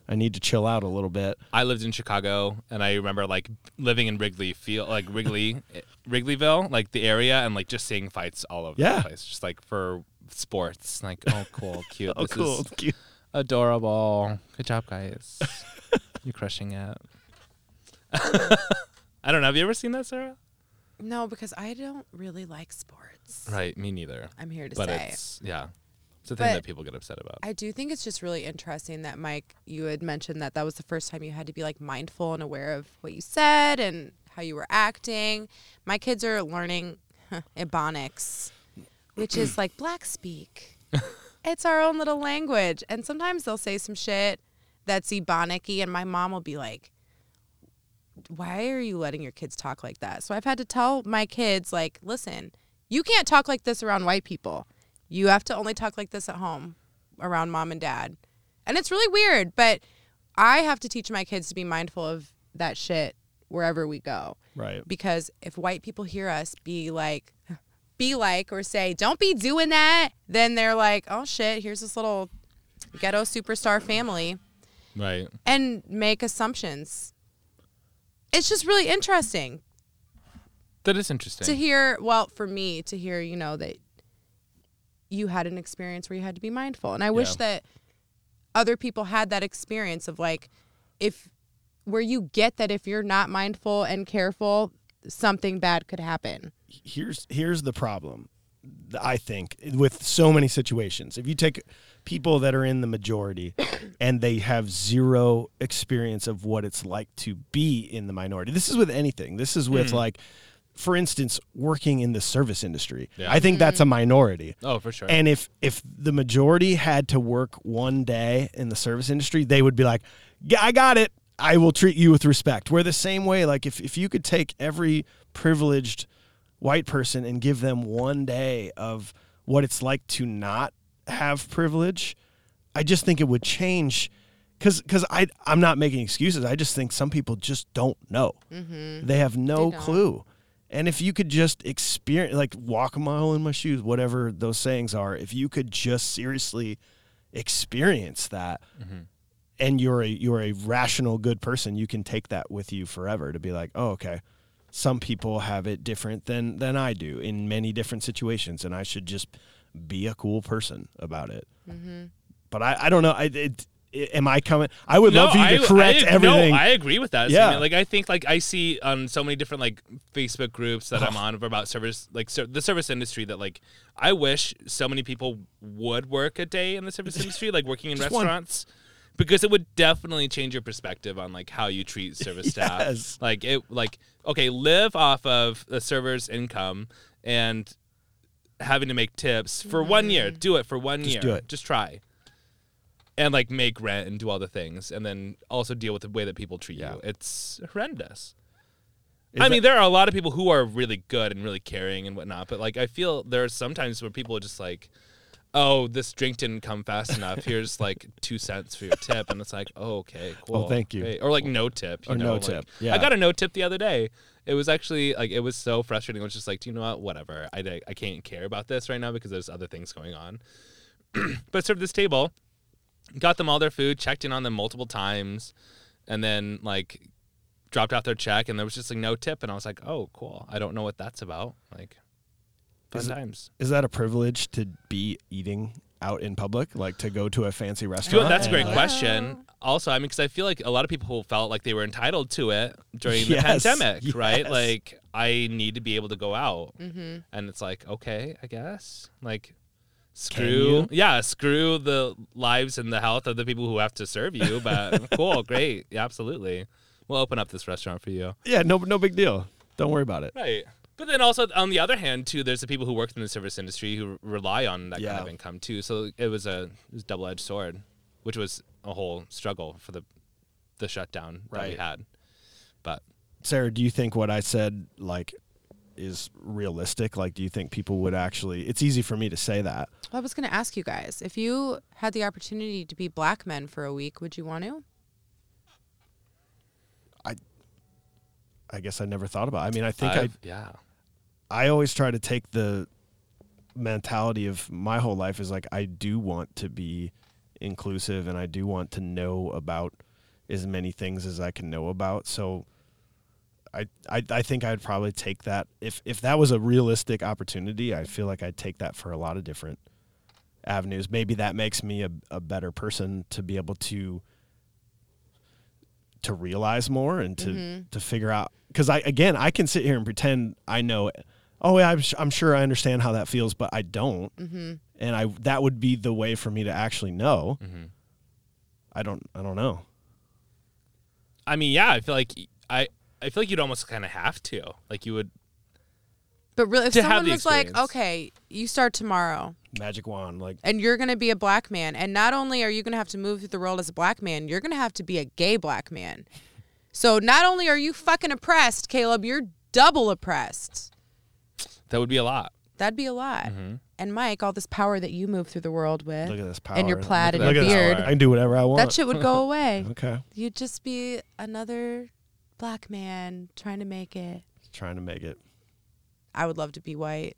F: i need to chill out a little bit
D: I lived in Chicago, and I remember like living in Wrigley Field, like Wrigley, eh, Wrigleyville, like the area, and like just seeing fights all over
F: Yeah.
D: the place, just like for sports. Like, oh, cool, cute.
F: oh
D: this is-
F: cool Cute.
D: Adorable. Good job, guys. You're crushing it. I don't know. Have you ever seen that, Sarah?
C: No, because I don't really like sports.
D: Right. Me neither.
C: I'm here to
D: but
C: say.
D: it's yeah, it's a thing
C: But-
D: that people get upset about.
C: I do think it's just really interesting that Mike, you had mentioned that that was the first time you had to be like mindful and aware of what you said and how you were acting. My kids are learning Ebonics, which is like black speak. it's our own little language, and sometimes they'll say some shit that's Ebonic-y, and my mom will be like. Why are you letting your kids talk like that? So I've had to tell my kids, like, listen, you can't talk like this around white people. You have to only talk like this at home around mom and dad. And it's really weird, but I have to teach my kids to be mindful of that shit wherever we go.
F: right
C: Because if white people hear us be like, be like, or say, don't be doing that, then they're like, oh shit, here's this little ghetto superstar family
D: right.
C: and make assumptions. It's just really interesting
D: That is interesting.
C: to hear well for me to hear you know that you had an experience where you had to be mindful and i wish
D: Yeah.
C: that other people had that experience of like if where you get that if you're not mindful and careful something bad could happen
F: here's here's the problem th- i think with so many situations if you take people that are in the majority and they have zero experience of what it's like to be in the minority this is with anything this is
D: Hmm.
F: with like for instance working in the service industry
D: Yeah.
F: i think that's a minority
D: oh, for sure.
F: and if if the majority had to work one day in the service industry, they would be like, "Yeah, I got it. I will treat you with respect." We're the same way. Like if if you could take every privileged white person and give them one day of what it's like to not have privilege, I just think it would change because because I I'm not making excuses. I just think some people just don't know. They have no
C: Mm-hmm. They don't.
F: clue. And if you could just experience, like walk a mile in my shoes, whatever those sayings are, if you could just seriously experience that, and you're a you're a rational good person, you can take that with you forever to be like, oh okay, some people have it different than than I do in many different situations, and I should just be a cool person about it but I, I don't know. I it, it- am I coming? I would love for you to correct
D: I,
F: everything.
D: No, I agree with that.
F: Yeah.
D: Yeah. Like I think like I see on so many different like Facebook groups that I'm on about service like ser- the service industry that like I wish so many people would work a day in the service industry like working in
F: Just one.
D: restaurants because it would definitely change your perspective on like how you treat service staff.
F: Yes.
D: Like it like okay, live off of the server's income and having to make tips for one year. Do it for one
F: Just
D: year.
F: do it.
D: Just try and like make rent and do all the things and then also deal with the way that people treat
F: Yeah.
D: you it's horrendous
F: Is
D: i
F: that-
D: mean there are a lot of people who are really good and really caring and whatnot but like i feel there are sometimes where people are just like oh this drink didn't come fast enough here's like two cents for your tip and it's like oh okay cool
F: Well, thank you.
D: great." or like Oh, no tip you
F: Or
D: know,
F: no
D: like-
F: tip, yeah.
D: i got a no tip the other day it was actually like it was so frustrating i was just like do you know what whatever i, I can't care about this right now because there's other things going on but I served this table got them all their food, checked in on them multiple times, and then like dropped out their check, and there was just like no tip, and I was like, oh, cool. I don't know what that's about. Like, fun
F: Is it-
D: times.
F: Is that a privilege to be eating out in public, like to go to a fancy
D: You know,
F: restaurant?
D: that's a great
F: and, like,
D: question. Also, I mean, because I feel like a lot of people felt like they were entitled to it during the
F: Yes,
D: pandemic, right?
F: yes.
D: Like, I need to be able to go out, and it's like, okay, I guess, like. Screw
F: you?
D: yeah, screw the lives and the health of the people who have to serve you. But cool, great, yeah, absolutely. We'll open up this restaurant for you.
F: Yeah, no, no big deal. Don't worry about it.
D: Right. But then also on the other hand too, there's the people who work in the service industry who rely on that
F: Yeah.
D: kind of income too. So it was a it was double edged sword, which was a whole struggle for the the shutdown that we
F: Right.
D: had. But
F: Sarah, do you think what I said like is realistic? Like, do you think people would actually? It's easy for me to say that.
C: Well, I was going to ask you guys if you had the opportunity to be black men for a week, would you want to?
F: I guess I never thought about. It. I mean, I think I
D: I've- yeah.
F: I always try to take the mentality of my whole life is like I do want to be inclusive and I do want to know about as many things as I can know about. So I I, I think I'd probably take that if if that was a realistic opportunity, I feel like I'd take that for a lot of different avenues. Maybe that makes me a, a better person to be able to to realize more and to
C: Mm-hmm.
F: to figure out because I again I can sit here and pretend I know. Oh yeah, I'm, sh- I'm sure I understand how that feels, but I don't. Mm-hmm. And I that would be the way for me to actually know. I don't I don't know.
D: I mean, yeah, I feel like I I feel like you'd almost kinda have to. Like you would
C: But really, if
D: To have
C: someone
D: the
C: was like,
D: experience.
C: okay, you start tomorrow
F: Magic wand like
C: and you're going to be a black man, and not only are you going to have to move through the world as a black man, you're going to have to be a gay black man. So not only are you fucking oppressed, Caleb, you're double oppressed.
D: that would be a lot.
C: That'd be a lot.
D: Mm-hmm.
C: And Mike, all this power that you move through the world with,
F: look at this power
C: and your plaid
D: Look
C: and
D: at
C: your
D: that
C: beard,
D: power.
F: I can do whatever I want.
C: that shit would go away.
F: okay,
C: You'd just be another black man trying to make it.
F: trying to make it.
C: I would love to be white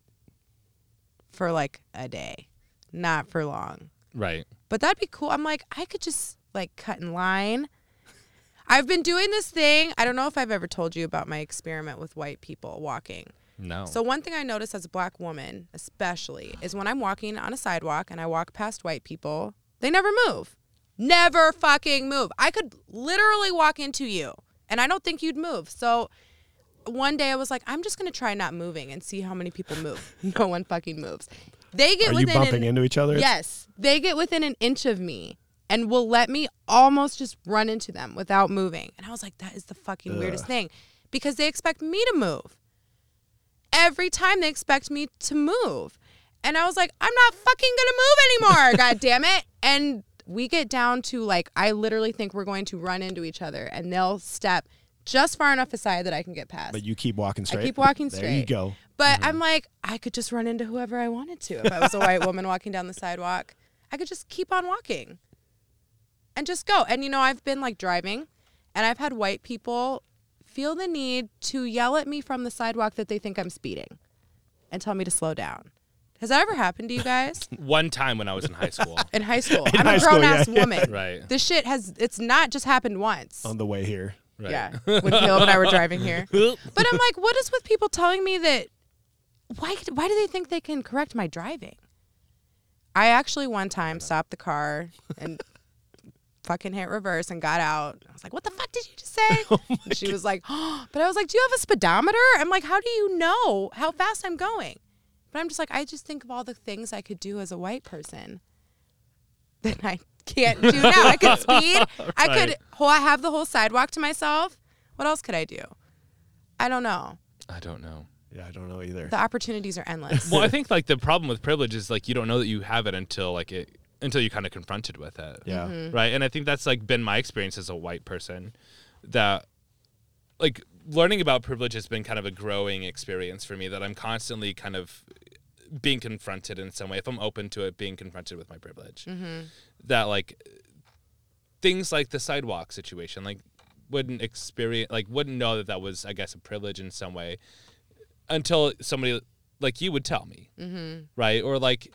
C: for like a day, not for long.
D: Right.
C: But that'd be cool. I'm like, I could just like cut in line. I've been doing this thing. I don't know if I've ever told you about my experiment with white people walking.
D: No.
C: So one thing I notice as a black woman, especially, is when I'm walking on a sidewalk and I walk past white people, they never move. Never fucking move. I could literally walk into you and I don't think you'd move. So one day I was like, I'm just gonna try not moving and see how many people move. no one fucking moves. They get
F: Are you
C: within
F: bumping
C: an,
F: into each other?
C: Yes. They get within an inch of me and will let me almost just run into them without moving. And I was like, that is the fucking weirdest thing because they expect me to move. Every time they expect me to move. And I was like, I'm not fucking gonna move anymore, god damn it. And we get down to like, I literally think we're going to run into each other and they'll step just far enough aside that I can get past.
F: But you keep walking straight.
C: I keep walking
F: there
C: straight.
F: you go. Mm-hmm.
C: But I'm like, I could just run into whoever I wanted to. If I was a white woman walking down the sidewalk, I could just keep on walking. and just go. And you know, I've been like driving and I've had white people feel the need to yell at me from the sidewalk that they think I'm speeding and tell me to slow down. Has that ever happened to you guys?
D: One time when I was in high school.
C: In high school. I'm
F: high
C: a
F: school,
C: grown ass
F: yeah, yeah.
C: woman.
D: Right.
C: This shit has it's not just happened once.
F: on the way here.
D: Right.
C: Yeah. When Caleb and I were driving here.
D: Oop.
C: But I'm like, what is with people telling me that? Why? Why do they think they can correct my driving? I actually one time stopped the car and fucking hit reverse and got out. I was like, what the fuck did you just say?
D: Oh
C: and she was like, oh, but I was like, do you have a speedometer? I'm like, how do you know how fast I'm going? But I'm just like, I just think of all the things I could do as a white person that I can't do now. I could speed. I could.
D: Right.
C: Well, I have the whole sidewalk to myself. What else could I do? I don't know.
D: I don't know.
F: Yeah, I don't know either.
C: The opportunities are endless.
D: Well, I think like the problem with privilege is like you don't know that you have it until like it until you're kind of confronted with it.
F: Yeah.
D: Right. And I think that's like been my experience as a white person that like learning about privilege has been kind of a growing experience for me that I'm constantly kind of being confronted in some way if I'm open to it being confronted with my privilege. That like things like the sidewalk situation like wouldn't experience like wouldn't know that that was I guess a privilege in some way until somebody like you would tell me right or like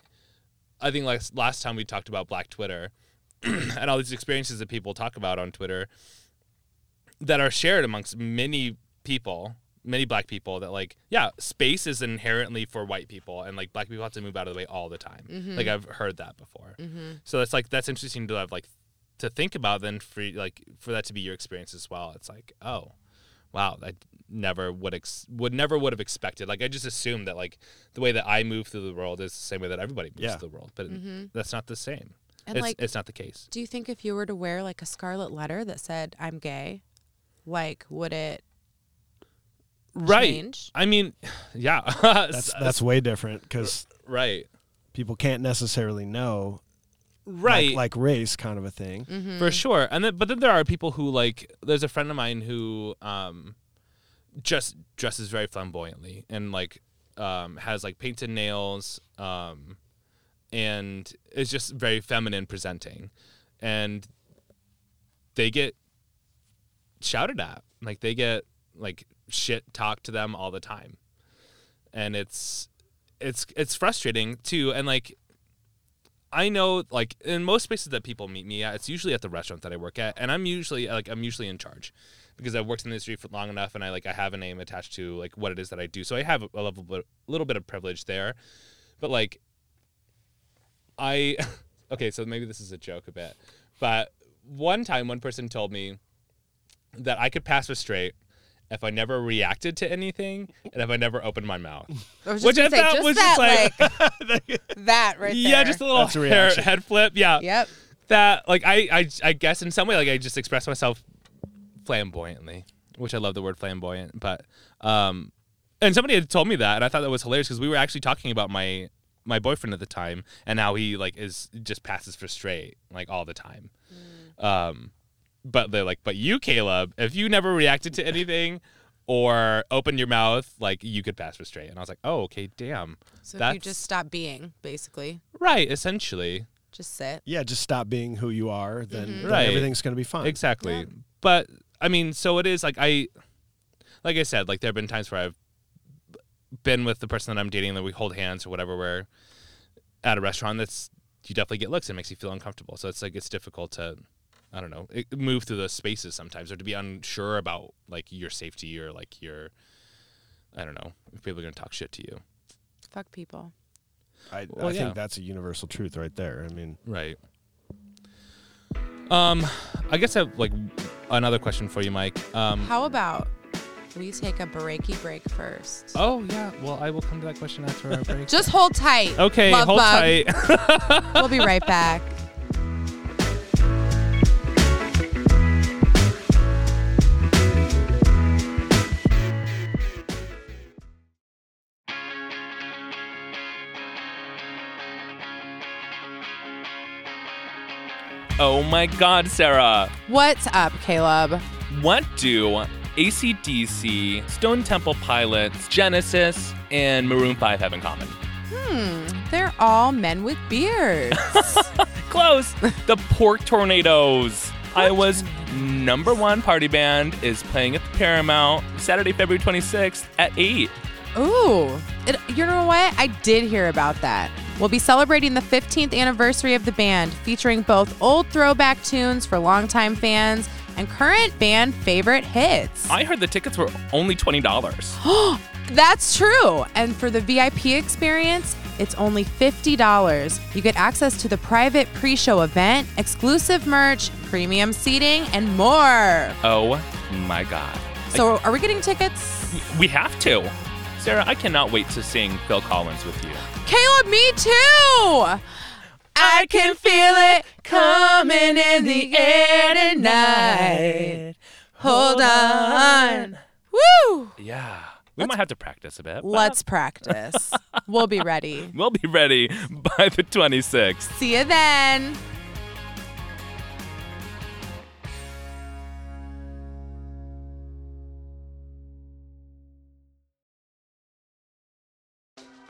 D: I think like last time we talked about Black Twitter and all these experiences that people talk about on Twitter that are shared amongst many people, many black people that like, yeah, space is inherently for white people and like black people have to move out of the way all the time.
C: Mm-hmm.
D: Like I've heard that before. So that's like that's interesting to have like to think about then for like for that to be your experience as well. It's like, oh, wow, I never would ex- would never would have expected. Like I just assumed that like the way that I move through the world is the same way that everybody moves
F: Yeah.
D: through the world, but that's not the same.
C: Mm-hmm. And,
D: it's,
C: like-
D: it's not the case.
C: do you think if you were to wear like a scarlet letter that said "I'm gay," like would it?
D: right.
C: change.
D: I mean, yeah,
F: That's that's way different because
D: right,
F: people can't necessarily know like-
D: right,
F: like, race kind of a thing.
D: for sure. And then, but then there are people who like. There's a friend of mine who um, just dresses very flamboyantly and like um, has like painted nails um, and is just very feminine presenting, and they get shouted at. Like they get like shit talked to them all the time. And it's it's it's frustrating too and like I know like in most spaces that people meet me at it's usually at the restaurant that I work at and I'm usually like I'm usually in charge because I've worked in the industry for long enough and I like I have a name attached to like what it is that I do. So I have a level bit, little bit of privilege there. But like I okay, so maybe this is a joke a bit. But one time one person told me that I could pass for straight if I never reacted to anything and if I never opened my mouth.
C: I was just
D: Which
C: gonna
D: I
C: say,
D: thought
C: just
D: was
C: that,
D: just
C: like, that right there.
D: yeah, just a little
F: That's a
D: hair,
F: reaction.
D: head flip. Yeah.
C: Yep.
D: That like I, I I guess in some way like I just express myself flamboyantly, which I love the word flamboyant, but um and somebody had told me that and I thought that was hilarious because we were actually talking about my my boyfriend at the time and how he like is just passes for straight like all the time. Um but they're like, but you, Caleb, if you never reacted to anything or opened your mouth, like you could pass for straight. And I was like, oh, okay, damn.
C: So if
D: That's
C: you just stop being, basically,
D: right, essentially.
C: just sit.
F: Yeah, just stop being who you are, then,
C: Mm-hmm.
F: then
D: Right.
F: everything's gonna be fine.
D: Exactly. But I mean, so it is like I, like I said, like there have been times where I've been with the person that I'm dating that we hold hands or whatever. We're at a restaurant that's you definitely get looks. It makes you feel uncomfortable. So it's like it's difficult to, I don't know, i- move through those spaces sometimes or to be unsure about like your safety or like your, I don't know, if people are gonna talk shit to you.
C: Fuck people.
F: I,
D: Well,
F: I think
D: yeah.
F: that's a universal truth right there. I mean,
D: Right. Um, I guess I have like another question for you, Mike. Um,
C: How about we take a breaky break first?
D: Oh yeah. Well, I will come to that question after our break.
C: Just hold tight.
D: okay,
C: love
D: hold
C: bug.
D: tight.
C: We'll be right back.
D: Oh my God, Sarah.
C: What's up, Caleb?
D: What do ACDC, Stone Temple Pilots, Genesis, and Maroon Five have in common?
C: They're all men with beards.
D: Close. the Pork Tornadoes. Iowa's number one party band is playing at the Paramount Saturday, February 26th at 8.
C: Ooh, it, you know what? I did hear about that. We'll be celebrating the 15th anniversary of the band, featuring both old throwback tunes for longtime fans and current band favorite hits.
D: I heard the tickets were only $20.
C: That's true. And for the VIP experience, it's only $50. You get access to the private pre show event, exclusive merch, premium seating, and more.
D: oh my God.
C: So, are we getting tickets?
D: We have to. Sarah, I cannot wait to sing Phil Collins with you.
C: Caleb, me too. I can feel it coming in the air tonight. Hold on. Woo!
D: Yeah. We might have to practice a bit. but
C: Let's practice. We'll be ready.
D: We'll be ready by the 26th.
C: See you then.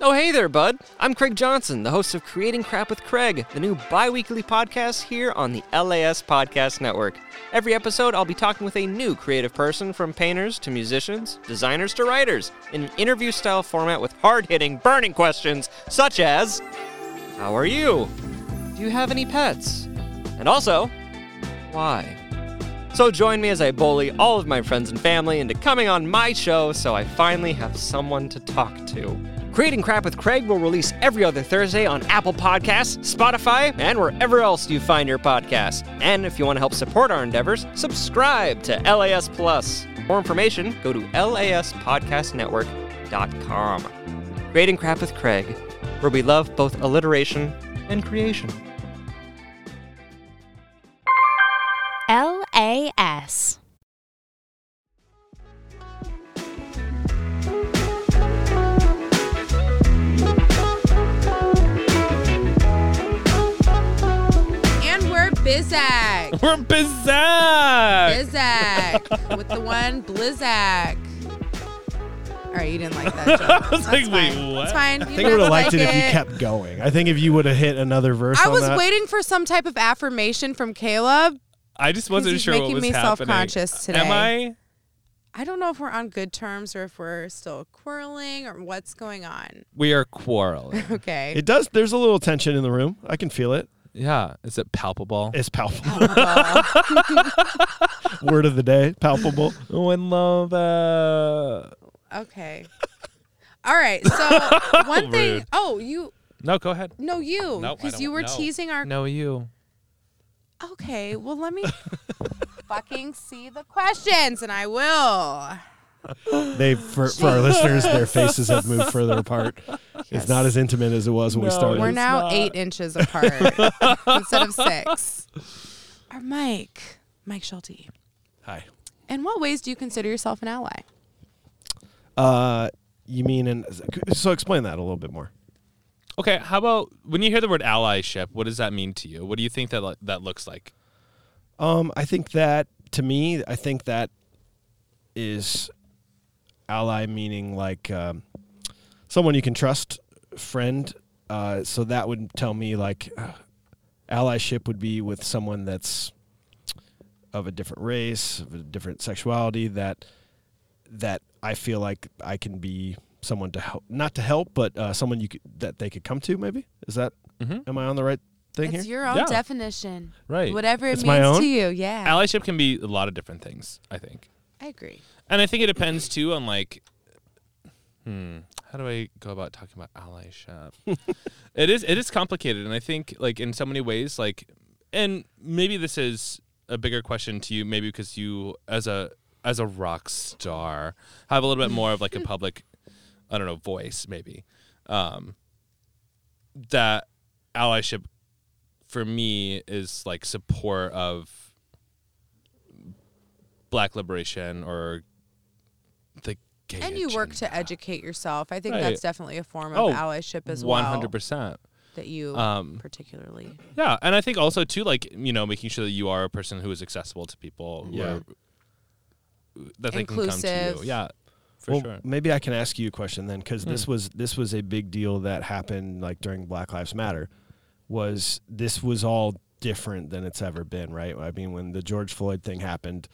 G: Oh, hey there, bud. I'm Craig Johnson, the host of Creating Crap with Craig, the new bi weekly podcast here on the LAS Podcast Network. Every episode, I'll be talking with a new creative person from painters to musicians, designers to writers, in an interview style format with hard hitting, burning questions such as How are you? Do you have any pets? And also, why? So join me as I bully all of my friends and family into coming on my show so I finally have someone to talk to. Creating Crap with Craig will release every other Thursday on Apple Podcasts, Spotify, and wherever else you find your podcasts. And if you want to help support our endeavors, subscribe to LAS Plus. For more information, go to laspodcastnetwork.com. Creating Crap with Craig, where we love both alliteration and creation.
A: LAS.
C: And we're Bizak.
D: We're bizarre.
C: Bizak. With the one Blizzak. All right, you didn't like that joke. I
D: was like, wait, what?
C: It's fine. You
F: I think I would have liked it if you kept going. I think if you would have hit another verse
C: I
F: on
C: was
F: that-
C: waiting for some type of affirmation from Caleb.
D: I just wasn't
C: he's
D: sure what
C: making
D: was
C: me
D: happening.
C: self-conscious today.
D: Am I?
C: I don't know if we're on good terms or if we're still quarreling or what's going on.
D: We are quarreling.
C: Okay.
F: It does. There's a little tension in the room. I can feel it.
D: yeah. Is it palpable?
F: It's palpable. Word of the day, palpable.
D: Oh, in love. Uh...
C: okay. All right. So one thing.
D: Rude.
C: Oh, you.
D: No, go ahead.
C: No, you.
D: No, I
C: Because
D: don't-
C: you were
D: no.
C: teasing our.
D: No, you.
C: Okay. Well, let me fucking see the questions, and I will.
F: They for, for our listeners, their faces have moved further apart. It's not as intimate as it was when we
D: No,
F: started.
C: We're
D: Oh, it's
C: now
D: not.
C: eight inches apart instead of six. Our Mike, Mike Schulte.
F: Hi.
C: In what ways do you consider yourself an ally?
F: Uh, you mean and so explain that a little bit more.
D: Okay, how about when you hear the word allyship, what does that mean to you? What do you think that lo- that looks like?
F: Um, I think that to me, I think that is ally meaning like um, someone you can trust, friend. Uh, so that would tell me like uh, allyship would be with someone that's of a different race, of a different sexuality that that I feel like I can be someone to help, not to help, but uh, someone you could, that they could come to. Maybe is that? Am I on the right thing
C: It's
F: here?
C: your own
D: Yeah.
C: definition.
D: Right.
C: Whatever it
F: It's my
C: means
F: own?
C: to you. Yeah.
D: Allyship can be a lot of different things, I think.
C: I agree.
D: And I think it depends too on like hmm, how do I go about talking about allyship? it is it is complicated and I think like in so many ways like and maybe this is a bigger question to you maybe because you as a as a rock star have a little bit more of like a public I don't know voice maybe. Um that allyship for me is like support of black liberation or the gay
C: And you work to
D: agenda.
C: educate yourself. I think
D: Right.
C: that's definitely a form of
D: Oh,
C: allyship as well.
D: 100%.
C: That you
D: Um,
C: particularly.
D: Yeah, and I think also too like, you know, making sure that you are a person who is accessible to people who
F: Yeah.
D: are that they can come to
C: Inclusive.
D: you. Yeah. For sure. Hmm.
F: Maybe I can ask you a question then, because this was this was a big deal that happened like during Black Lives Matter, was this was all different than it's ever been, right? I mean, when the George Floyd thing happened,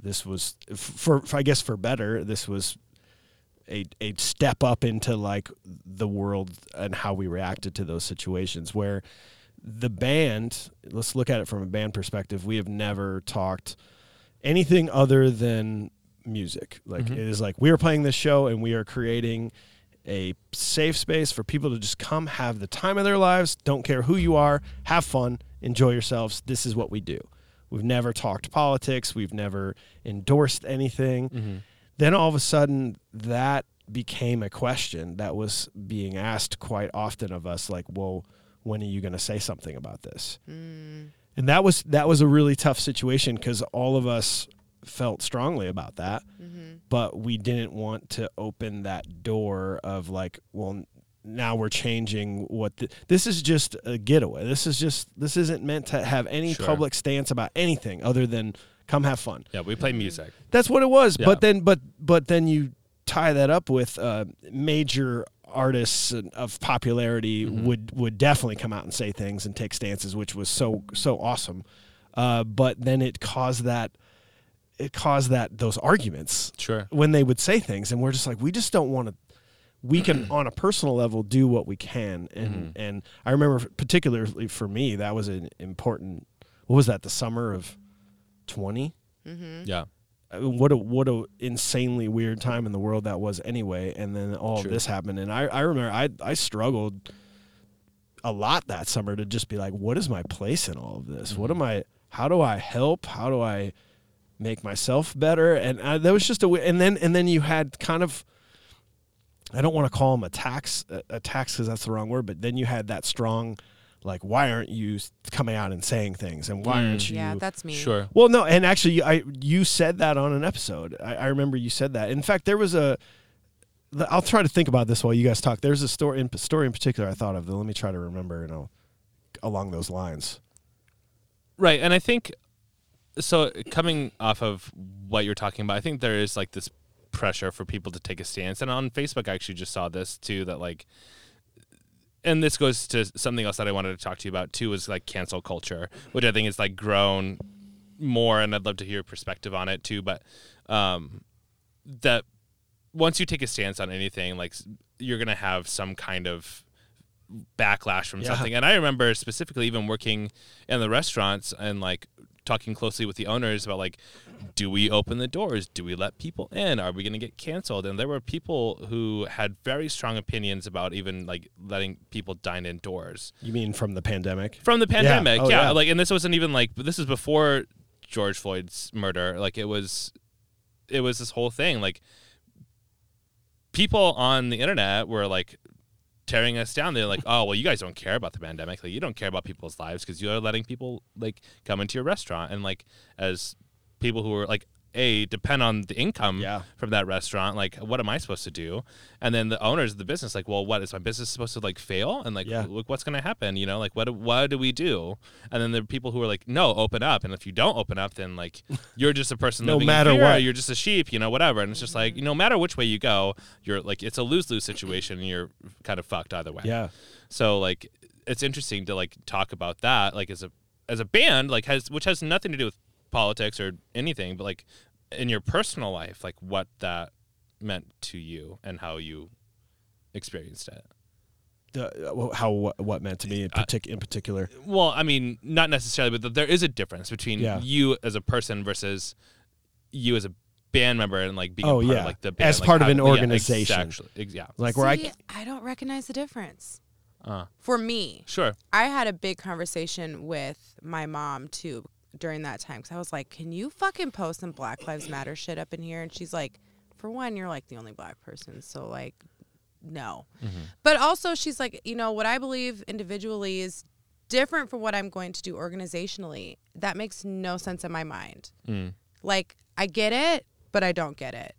F: this was f- for, for I guess for better. This was a a step up into like the world and how we reacted to those situations where the band let's look at it from a band perspective we have never talked anything other than music like it is like we are playing this show and we are creating a safe space for people to just come have the time of their lives don't care who you are have fun enjoy yourselves this is what we do we've never talked politics we've never endorsed anything then all of a sudden that became a question that was being asked quite often of us like well when are you going to say something about this and that was that was a really tough situation because all of us felt strongly about that but we didn't want to open that door of like well n- now we're changing what the, this is just a getaway this is just this isn't meant to have any
D: Sure.
F: public stance about anything other than come have fun
D: Yeah, we play music.
F: that's what it was.
D: Yeah.
F: But then, but but then you tie that up with uh, major artists and- of popularity would would definitely come out and say things and take stances, which was so so awesome. Uh, but then it caused that it caused that those arguments
D: Sure.
F: when they would say things, and we're just like, we just don't want to. We can, on a personal level, do what we can, and and I remember particularly for me that was an important. What was that? The summer of twenty.
C: Mm-hmm.
D: Yeah.
F: I mean, what a what a insanely weird time in the world that was anyway and then all
D: True.
F: of this happened and I, I remember I I struggled a lot that summer to just be like what is my place in all of this what am I how do I help how do I make myself better and I, that was just a we- and then and then you had kind of I don't want to call them attacks uh, attacks because that's the wrong word but then you had that strong like why aren't you coming out and saying things and why aren't you
C: Yeah, that's me.
D: Sure.
F: well, no, and actually, you- I you said that on an episode. I, I remember you said that. In fact, there was a. the- I'll try to think about this while you guys talk. There's a story in story in particular I thought of. that Let me try to remember. You know, along those lines.
D: Right. And I think so coming off of what you're talking about, I think there is like this pressure for people to take a stance. And on Facebook I actually just saw this too that like and this goes to something else that I wanted to talk to you about too is like cancel culture, which I think is like grown more and I'd love to hear your perspective on it too, but um that once you take a stance on anything like s- you're going to have some kind of backlash from something. And I remember specifically even working in the restaurants and like talking closely with the owners about like, do we open the doors? Do we let people in? Are we going to get canceled? And there were people who had very strong opinions about even like letting people dine indoors
F: You mean from the pandemic?
D: from the pandemic. Yeah.
F: Oh, yeah.
D: Like, and this wasn't even like this is before George Floyd's murder. Like, it was, it was this whole thing. Like, people on the internet were like tearing us down. They're like, oh well, you guys don't care about the pandemic. Like, you don't care about people's lives because you are letting people like come into your restaurant and like as people who are like a depend on the income
F: Yeah.
D: from that restaurant like what am i supposed to do and then the owners of the business like well what is my business supposed to like fail and like
F: Yeah.
D: look what's going to happen you know like what what do we do and then there are people who are like no open up and if you don't open up then like you're just a person
F: No
D: living in
F: matter
D: fear,
F: what.
D: you're just a sheep you know whatever and it's just like no matter which way you go you're like it's a lose-lose situation and you're kind of fucked either way
F: Yeah.
D: so like it's interesting to like talk about that like as a as a band like has which has nothing to do with politics or anything but like in your personal life like what that meant to you and how you experienced it.
F: The, well, how what, what meant to me in, partic- in particular?
D: Well, I mean, not necessarily, but th- there is a difference between
F: Yeah.
D: you as a person versus you as a band member and like being
F: Oh,
D: a part
F: yeah.
D: of like the band
F: As
D: like,
F: part of
D: having-
F: an
D: yeah,
F: organization.
D: exactly. Ex- Yeah.
F: Like
C: See,
F: where I
C: I, don't recognize the difference.
D: Uh.
C: For me,
D: Sure.
C: I had a big conversation with my mom too during that time because I was like, "Can you fucking post some Black Lives Matter shit up in here?" And she's like, "For one, you're like the only black person, so like, no." But also, she's like, "You know what I believe individually is different from what I'm going to do organizationally. That makes no sense in my mind. Like, I get it, but I don't get it."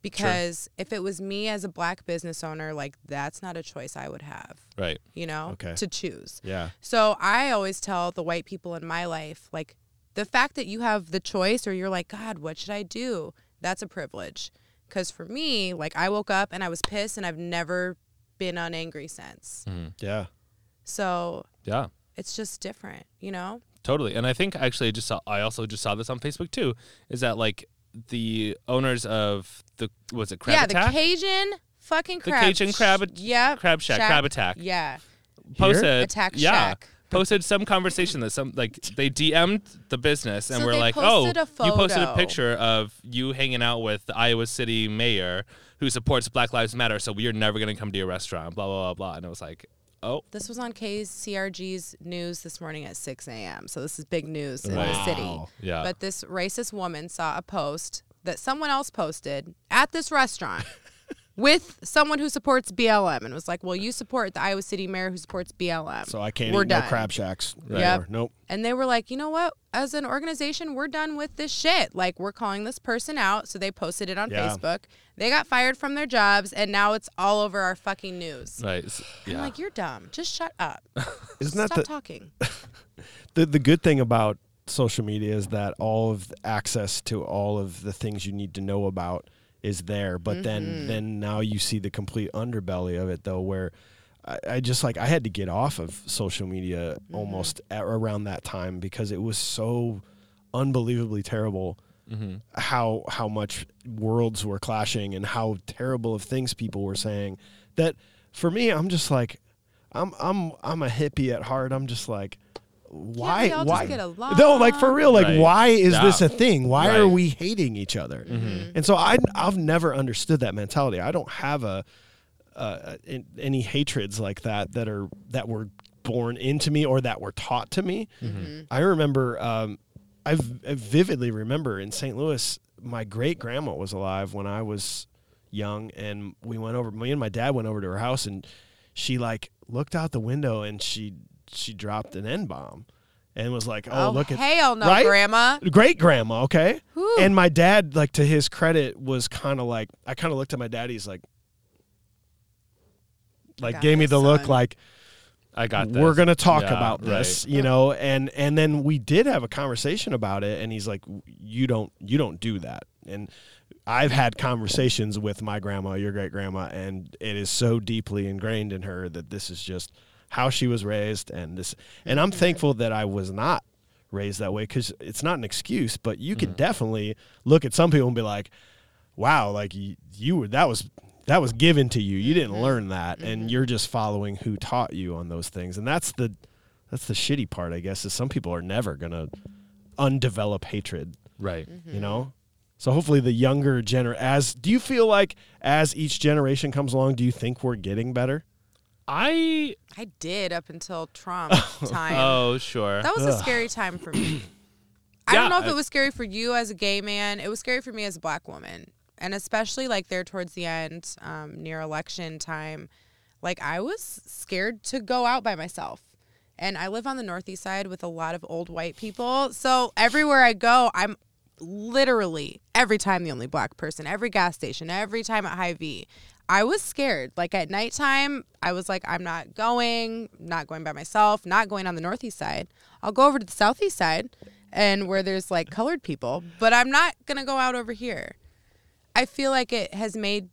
C: Because if it was me as a black business owner, like that's not a choice I would have
D: Right.
C: you know,
F: Okay.
C: to choose.
F: yeah.
C: So I always tell the white people in my life, like, the fact that you have the choice or you're like, God, what should I do? That's a privilege. Because for me,
D: Mm.
C: like, I woke up and I was pissed and I've never been unangry since.
F: Yeah.
C: So
D: Yeah.
C: it's just different, you know?
D: Totally. And I think actually I just saw I also just saw this on Facebook too, is that like the owners of the was it Crab
C: yeah,
D: Attack?
C: the Cajun fucking
D: The
C: crab.
D: Cajun crab-
C: yeah,
D: Crab Shack, Crab Attack.
C: Yeah,
D: posted
C: Attack
D: yeah,
C: Shack.
D: Posted some conversation that some like they DM'd the business and
C: So
D: were
C: they
D: like, "Oh,
C: posted a
D: you posted a
C: photo.
D: picture of you hanging out with the Iowa City mayor who supports Black Lives Matter, so we're never gonna come to your restaurant." Blah blah blah blah. And it was like, "Oh,
C: this was on KCRG's news this morning at 6 a.m. So this is big news in the
D: Wow.
C: city.
D: Yeah.
C: But this racist woman saw a post that someone else posted at this restaurant with someone who supports BLM and was like, "Well, you support the Iowa City mayor who supports BLM."
F: So I can't
C: We're
F: eat
C: done.
F: no crab shacks.
C: Yep.
F: anymore. Nope.
C: And they were like, you know what? As an organization, we're done with this shit. Like, we're calling this person out. So they posted it on
F: Yeah.
C: Facebook. They got fired from their jobs, and now it's all over our fucking news.
D: right, s-
C: I'm
D: yeah,
C: like, you're dumb. Just shut up.
F: Isn't that
C: Stop
F: the,
C: talking.
F: the the good thing about social media is that all of the access to all of the things you need to know about is there but then then now you see the complete underbelly of it though where I, I just like i had to get off of social media almost at, around that time because it was so unbelievably terrible how how much worlds were clashing and how terrible of things people were saying that for me i'm just like i'm i'm i'm a hippie at heart i'm just like why
C: all just
F: why
C: get
F: no like for real like
D: Right.
F: why is this
D: Yeah.
F: a thing why are
D: Right. Mm-hmm.
F: we hating each other and so i i've never understood that mentality i don't have a uh, in, any hatreds like that that are that were born into me or that were taught to me.
C: Mm-hmm.
F: I remember, um, I v- I vividly remember in St. Louis, my great grandma was alive when I was young, and we went over. Me and my dad went over to her house, and she like looked out the window and she she dropped an n bomb, and was like, "Oh, look at
C: hell no,
F: right?
C: Grandma.
F: great grandma, okay?
C: Whew.
F: And my dad, like to his credit, was kind of like I kind of looked at my dad. He's like, like
C: got
F: gave me
C: this,
F: the look
C: son.
F: like
D: I got. This.
F: we're gonna talk
D: Yeah,
F: about
D: right.
F: this, you know. And and then we did have a conversation about it, and he's like, you don't you don't do that. And I've had conversations with my grandma, your great grandma, and it is so deeply ingrained in her that this is just how she was raised, and this. And I'm thankful that I was not raised that way because it's not an excuse, but you can definitely look at some people and be like, wow, like you, you were that was that was given to you. You didn't learn that, and you're just following who taught you on those things. And that's the that's the shitty part, I guess, is some people are never gonna undevelop hatred.
D: Right.
C: Mm.
F: You know. So hopefully the younger gener as do you feel like as each generation comes along, do you think we're getting better?
D: I
C: I did up until Trump time.
D: oh sure.
C: That was a scary time for me. I
D: Yeah,
C: don't know if
D: I-
C: it was scary for you as a gay man. It was scary for me as a black woman. And especially like there towards the end, um, near election time, like I was scared to go out by myself. And I live on the northeast side with a lot of old white people. So everywhere I go, I'm literally every time the only black person, every gas station, every time at High V. I was scared. Like at nighttime, I was like, I'm not going, not going by myself, not going on the northeast side. I'll go over to the southeast side and where there's like colored people, but I'm not gonna go out over here. I feel like it has made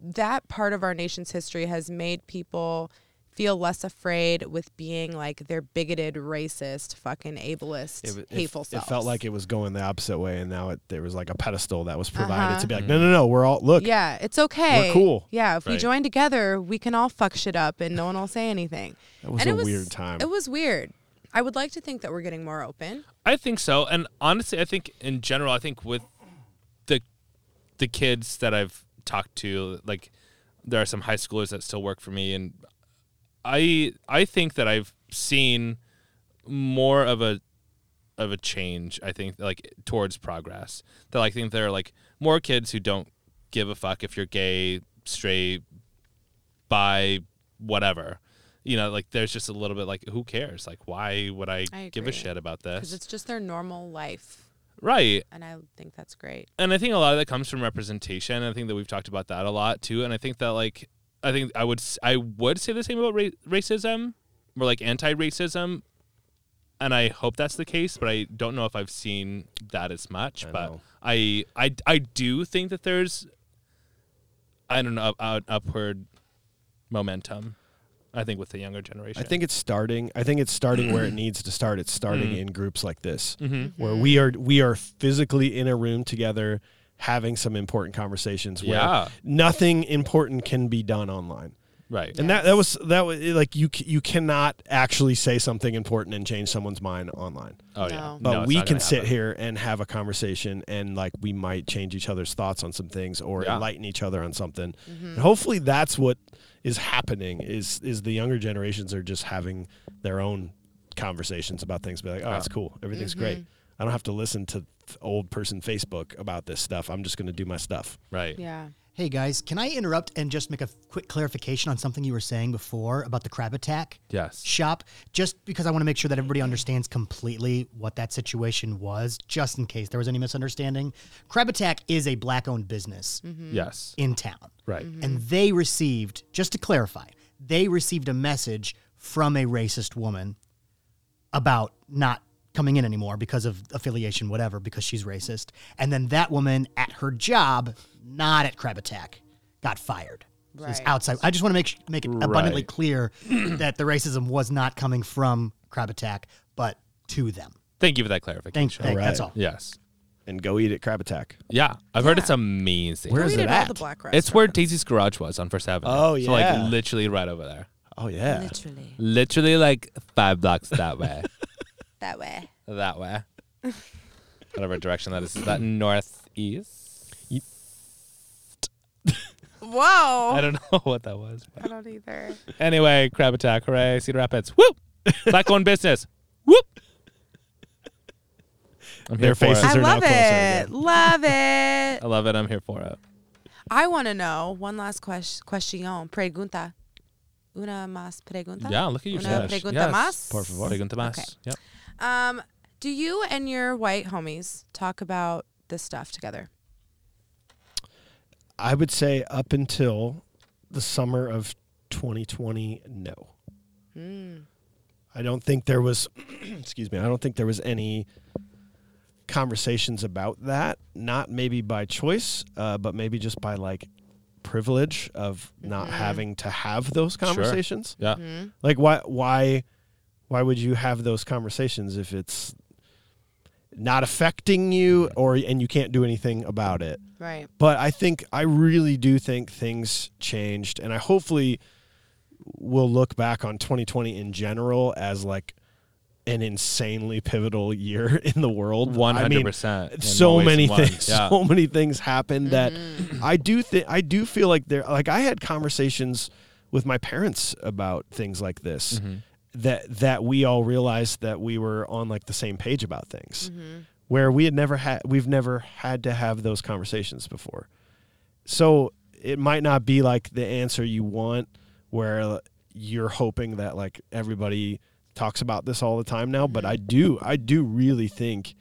C: that part of our nation's history has made people feel less afraid with being like their bigoted, racist, fucking ableist,
F: It,
C: hateful
F: it
C: selves.
F: felt like it was going the opposite way, and now it, there was like a pedestal that was provided
C: Uh-huh.
F: to be like, no, no, no, we're all look,
C: Yeah, it's okay.
F: cool.
C: Yeah, if we
D: Right.
C: join together, we can all fuck shit up and no one will say anything.
F: That was
C: and
F: a
C: it was
F: weird time.
C: It was weird. I would like to think that we're getting more open.
D: I think so, and honestly, I think in general, I think with the the kids that I've talked to, like there are some high schoolers that still work for me, and I I think that I've seen more of a of a change. I think like towards progress. That like, I think there are like more kids who don't give a fuck if you're gay, straight, bi, whatever. You know, like there's just a little bit like who cares? Like why would I,
C: I
D: give a
C: agree.
D: shit about
C: Because
D: this?
C: it's just their normal life.
D: right.
C: And I think that's great.
D: and I think a lot of that comes from representation. I think that we've talked about that a lot too. And I think that like I think I would s- I would say the same about ra- racism or like anti-racism, and I hope that's the case. But I don't know if I've seen that as much. but
F: know.
D: I I I do think that there's I don't know up, out, upward momentum. I think with the younger generation.
F: I think it's starting. I think it's starting where it needs to start. It's starting in groups like this, where we are we are physically in a room together, having some important conversations. Where
D: Yeah.
F: nothing important can be done online,
D: right.
F: and that that was that was like you c- you cannot actually say something important and change someone's mind online.
D: oh yeah.
C: No.
F: But
D: No, it's
F: we
D: not gonna
F: can sit
D: happen.
F: here and have a conversation, and like we might change each other's thoughts on some things or
D: Yeah.
F: enlighten each other on something. And hopefully, that's what is happening. Is is the younger generations are just having their own conversations about things. Be like, oh, that's cool. Everything's great. I don't have to listen to th- old person Facebook about this stuff. I'm just going to do my stuff.
D: Right.
C: Yeah.
E: Hey guys, can I interrupt and just make a quick clarification on something you were saying before about the crab attack?
D: Yes.
E: Shop, just because I want to make sure that everybody understands completely what that situation was, just in case there was any misunderstanding. Crab Attack is a black owned business
D: Yes.
E: in town.
D: Right.
C: Mm-hmm.
E: And they received, just to clarify, they received a message from a racist woman about not coming in anymore because of affiliation, whatever, because she's racist. And then that woman at her job, not at Crab Attack, got fired. So it's
C: Right.
E: outside. I just want to make sh- make it abundantly
D: Right.
E: clear that the racism was not coming from Crab Attack, but to them.
D: Thank you for that clarification.
E: Thank, thank that's all.
D: Yes.
F: And go eat at Crab Attack.
D: Yeah. I've heard it's amazing.
F: Where
C: We
F: is it
C: did all
F: at?
C: the black
D: It's where Daisy's Garage was on First Avenue.
F: Oh,
D: So like
F: yeah.
D: literally right over there.
F: Oh yeah.
C: literally
D: Literally like five blocks that way.
C: that way.
D: that way. Whatever direction that is. Is that northeast?
C: Whoa.
D: I don't
F: Oh.
D: know what that was. but-
C: I don't either.
D: Anyway, crab attack. Hooray. Cedar Rapids. Whoop. Black owned business. Whoop. I'm here
F: Their
D: for
F: faces
D: it.
C: I
F: are now
C: love
F: closer
C: it.
F: again.
C: Love it.
D: I love it. I'm here for it.
C: I want to know one last ques- question. Pregunta. Una más pregunta.
D: Yeah, look at you,
C: Una
D: Spanish.
C: pregunta
D: yes.
C: más.
F: Por favor.
D: Pregunta más.
C: Okay.
D: Yep.
C: Um, do you and your white homies talk about this stuff together?
F: I would say up until the summer of 2020, no. I don't think there was, excuse me, I don't think there was any conversations about that. Not maybe by choice, uh, but maybe just by like privilege of not having to have those conversations.
C: Mm.
D: Yeah.
F: Like why why why would you have those conversations if it's not affecting you or and you can't do anything about it?
C: Right.
F: but I think I really do think things changed, and I hopefully will look back on 2020 in general as like an insanely pivotal year in the world.
D: One
F: I mean,
D: hundred percent.
F: so many things,
D: Yeah.
F: so many things happened that I do think I do feel like there. Like I had conversations with my parents about things like this.
D: Mm-hmm.
F: That that we all realized that we were on like the same page about things, where we had never had we've never had to have those conversations before. So it might not be like the answer you want, where you're hoping that like everybody talks about this all the time now. But I do, I do really think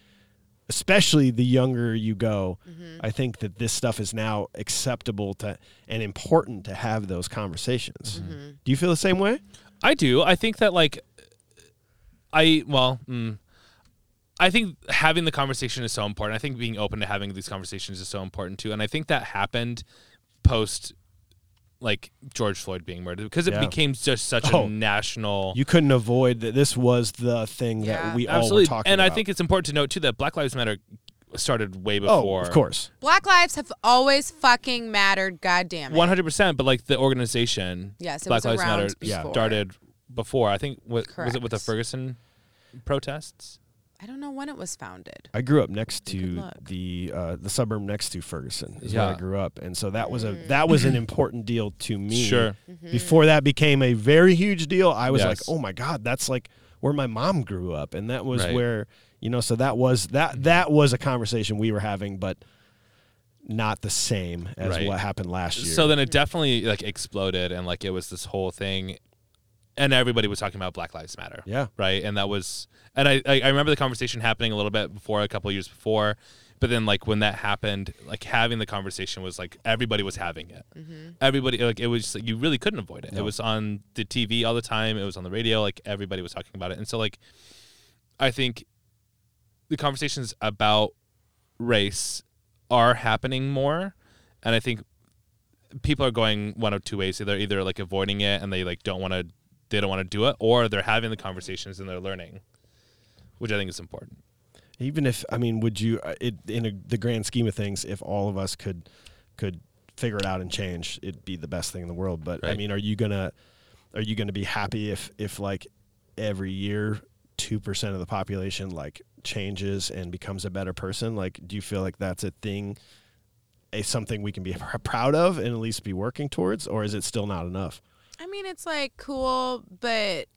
F: especially the younger you go, I think that this stuff is now acceptable to and important to have those conversations. Do you feel the same way?
D: I do. I think that like I well, mm, I think having the conversation is so important. I think being open to having these conversations is so important too. And I think that happened post like George Floyd being murdered because it
F: Yeah.
D: became just such
F: Oh.
D: a national
F: You couldn't avoid that. This was the thing
C: Yeah.
F: that we all
D: absolutely.
F: were talking
D: and
F: about.
D: I think it's important to note too that Black Lives Matter started way
F: oh,
D: before
F: of course,
C: Black lives have always fucking mattered. Goddamn it.
D: One hundred percent, but like the organization,
C: Yes, it
D: Black
C: was
D: Lives
C: around
D: Matter
C: before.
D: started before. I think wa- was it with the
C: Correct.
D: Ferguson protests?
C: I don't know when it was founded.
F: I grew up next to
C: luck.
F: the uh, the suburb next to Ferguson is where
D: Yeah.
F: I grew up, and so that was a that was an important deal to me.
D: Sure.
F: Before that became a very huge deal, I was like,
D: Yes.
F: oh my god, that's like where my mom grew up, and that was
D: Right.
F: where you know. So that was that that was a conversation we were having, but not the same as
D: Right.
F: what happened last year.
D: So then it definitely like exploded and like it was this whole thing and everybody was talking about Black Lives Matter.
F: Yeah.
D: Right. And that was and I, I I remember the conversation happening a little bit before a couple years before. But then like when that happened, like having the conversation was like everybody was having it. Everybody like it was just, like, you really couldn't avoid it. It was on the TV all the time, it was on the radio, like everybody was talking about it. And so like I think the conversations about race are happening more and i think people are going one of two ways either either like avoiding it and they like don't want to they don't want to do it, or they're having the conversations and they're learning, which I think is important.
F: Even if I mean, would you? uh, It, in a, the grand scheme of things, if all of us could could figure it out and change, it'd be the best thing in the world. But I
D: Right.
F: mean, are you gonna are you gonna be happy if if like every year two percent of the population like changes and becomes a better person? Like, do you feel like that's a thing? A something we can be pr- proud of and at least be working towards, or is it still not enough?
C: I mean, it's like cool, but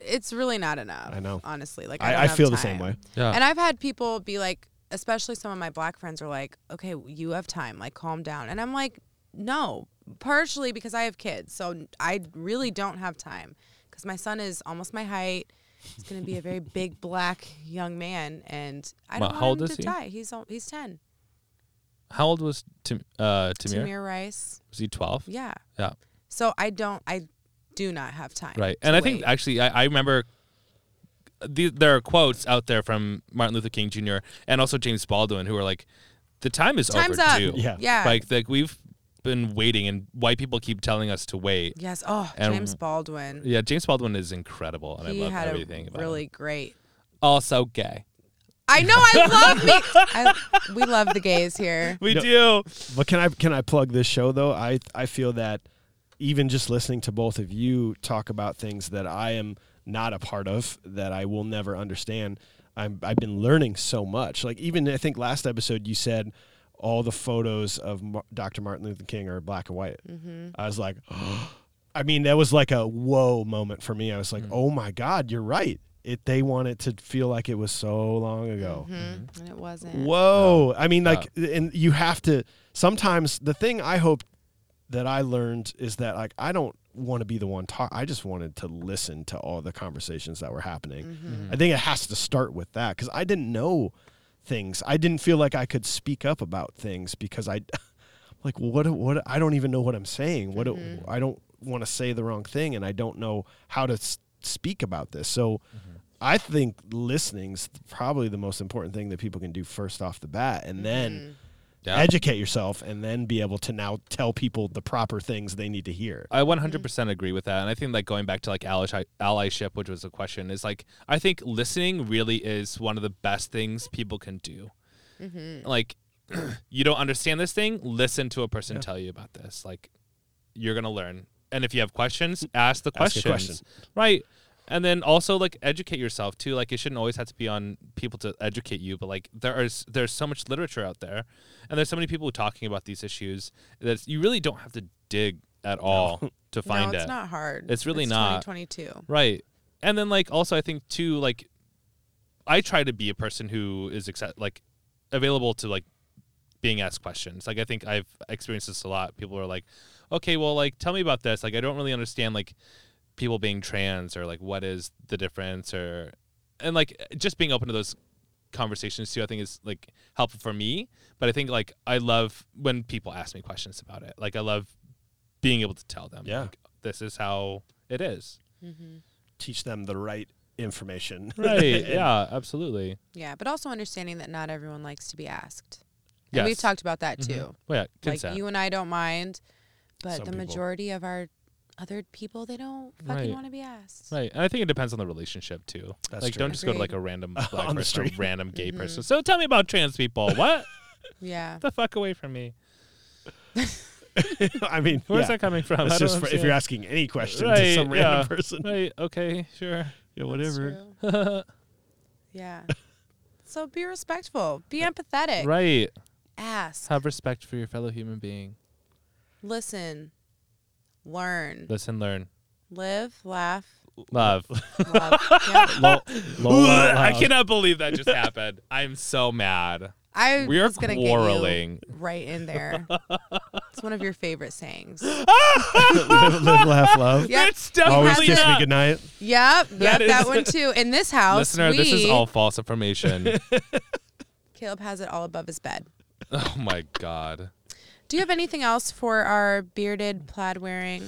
C: it's really not enough.
F: I know.
C: Honestly, like I,
F: I,
C: don't
F: I
C: have
F: feel the same
C: time.
F: way.
D: Yeah.
C: And I've had people be like, especially some of my black friends are like, okay, you have time, like calm down. And I'm like, no, partially because I have kids. So I really don't have time because my son is almost my height. He's going to be a very big black young man. And I
D: Ma-
C: don't
D: how old
C: want him
D: is
C: to
D: he?
C: die. He's, al- he's 10.
D: How old was Tim, uh, Tamir?
C: Tamir Rice.
D: Was he 12?
C: Yeah.
D: Yeah.
C: So I don't, I do not have time.
D: Right.
C: to
D: And I think
C: wait.
D: actually, I, I remember the, there are quotes out there from Martin Luther King Jr. and also James Baldwin who are like, the time is
C: Time's up.
D: overdue.
F: Yeah.
C: Yeah.
D: Like, like we've been waiting and white people keep telling us to wait.
C: yes. Oh,
D: And-
C: James Baldwin.
D: Yeah. James Baldwin is incredible and
C: he
D: I love
C: had
D: everything
C: a
D: about
C: really
D: him.
C: great
D: Also gay.
C: I know. I love me. I, we love the gays here.
D: We
F: No.
D: do.
F: But can I can I plug this show though? I I feel that even just listening to both of you talk about things that I am not a part of that I will never understand. I'm I've been learning so much. Like even I think last episode you said all the photos of Mar- Dr. Martin Luther King are black and white. I was like, I mean, that was like a whoa moment for me. I was like, oh my god, you're right. It they want it to feel like it was so long ago.
C: And it wasn't.
F: Whoa. I mean, like, and you have to sometimes the thing I hope that I learned is that, like, I don't want to be the one talk. I just wanted to listen to all the conversations that were happening. I think it has to start with that because I didn't know things. I didn't feel like I could speak up about things because I, like, what, what, I don't even know what I'm saying. What,
D: Mm-hmm.
F: I don't want to say the wrong thing and I don't know how to s- speak about this. So,
D: Mm-hmm.
F: I think listening's probably the most important thing that people can do first off the bat, and
D: Mm-hmm.
F: then
D: Yeah.
F: educate yourself, and then be able to now tell people the proper things they need to hear.
D: I 100% percent agree with that. And I think like going back to like ally- allyship, which was a question, is like, I think listening really is one of the best things people can do. Like, you don't understand this thing, listen to a person tell you about this. Like, you're going to learn. And if you have questions, ask the
F: Ask a
D: questions.
F: question.
D: Right. And then also like educate yourself too. Like it shouldn't always have to be on people to educate you, but like there is there's so much literature out there, and there's so many people talking about these issues that you really don't have to dig at all to find
C: no, it's
D: it.
C: not hard.
D: It's really not.
C: 2022.
D: Right. And then like also I think too like I try to be a person who is accept- like available to like being asked questions. Like I think I've experienced this a lot. People are like, "Okay, well like tell me about this. Like I don't really understand like people being trans or like what is the difference or and like just being open to those conversations too I think is like helpful for me, but I think like I love when people ask me questions about it. Like I love being able to tell them
F: Yeah.
D: like this is how it is.
F: Teach them the right information.
D: Right. yeah, absolutely.
C: Yeah, but also understanding that not everyone likes to be asked. And
D: Yes.
C: We've talked about that too.
D: Well, yeah,
C: Like
D: consent.
C: you and I don't mind, but
F: Some
C: the
F: people.
C: majority of our other people they don't fucking
D: Right.
C: want to be asked.
D: right. And I think it depends on the relationship too.
F: That's
D: like
F: true.
D: don't just go to like
C: Agreed.
D: a random black
F: On
D: person
F: the
D: or
F: street.
D: random gay
C: Mm-hmm.
D: person. So tell me about trans people. What?
C: Yeah.
D: the fuck away from me.
F: I mean,
D: Where's
F: yeah.
D: that coming from?
F: That's
D: I don't
F: just for, if you're
D: understand.
F: asking any question
D: right,
F: to some random
D: yeah.
F: person,
D: Right. Okay, sure.
F: yeah,
C: That's
F: whatever.
C: true. yeah. So be respectful. Be empathetic.
D: Right.
C: Ask.
D: Have respect for your fellow human being.
C: Listen. Learn.
D: Listen, learn.
C: Live. Laugh.
D: Love.
C: Love. Yeah.
F: Lol- lol out
D: I
F: loud.
D: cannot believe that just happened. I'm so mad.
C: I
D: We are
C: was gonna get you
D: quarreling.
C: right in there. it's one of your favorite sayings.
F: live, live, laugh, love.
C: Yep.
D: It's definitely
F: Always kiss me
D: not.
F: goodnight.
C: Yep, yep, that,
D: is-
C: one too. In this house,
D: Listener,
C: we,
D: this is all false information.
C: Caleb has it all above his bed.
D: oh my god.
C: Do you have anything else for our bearded plaid wearing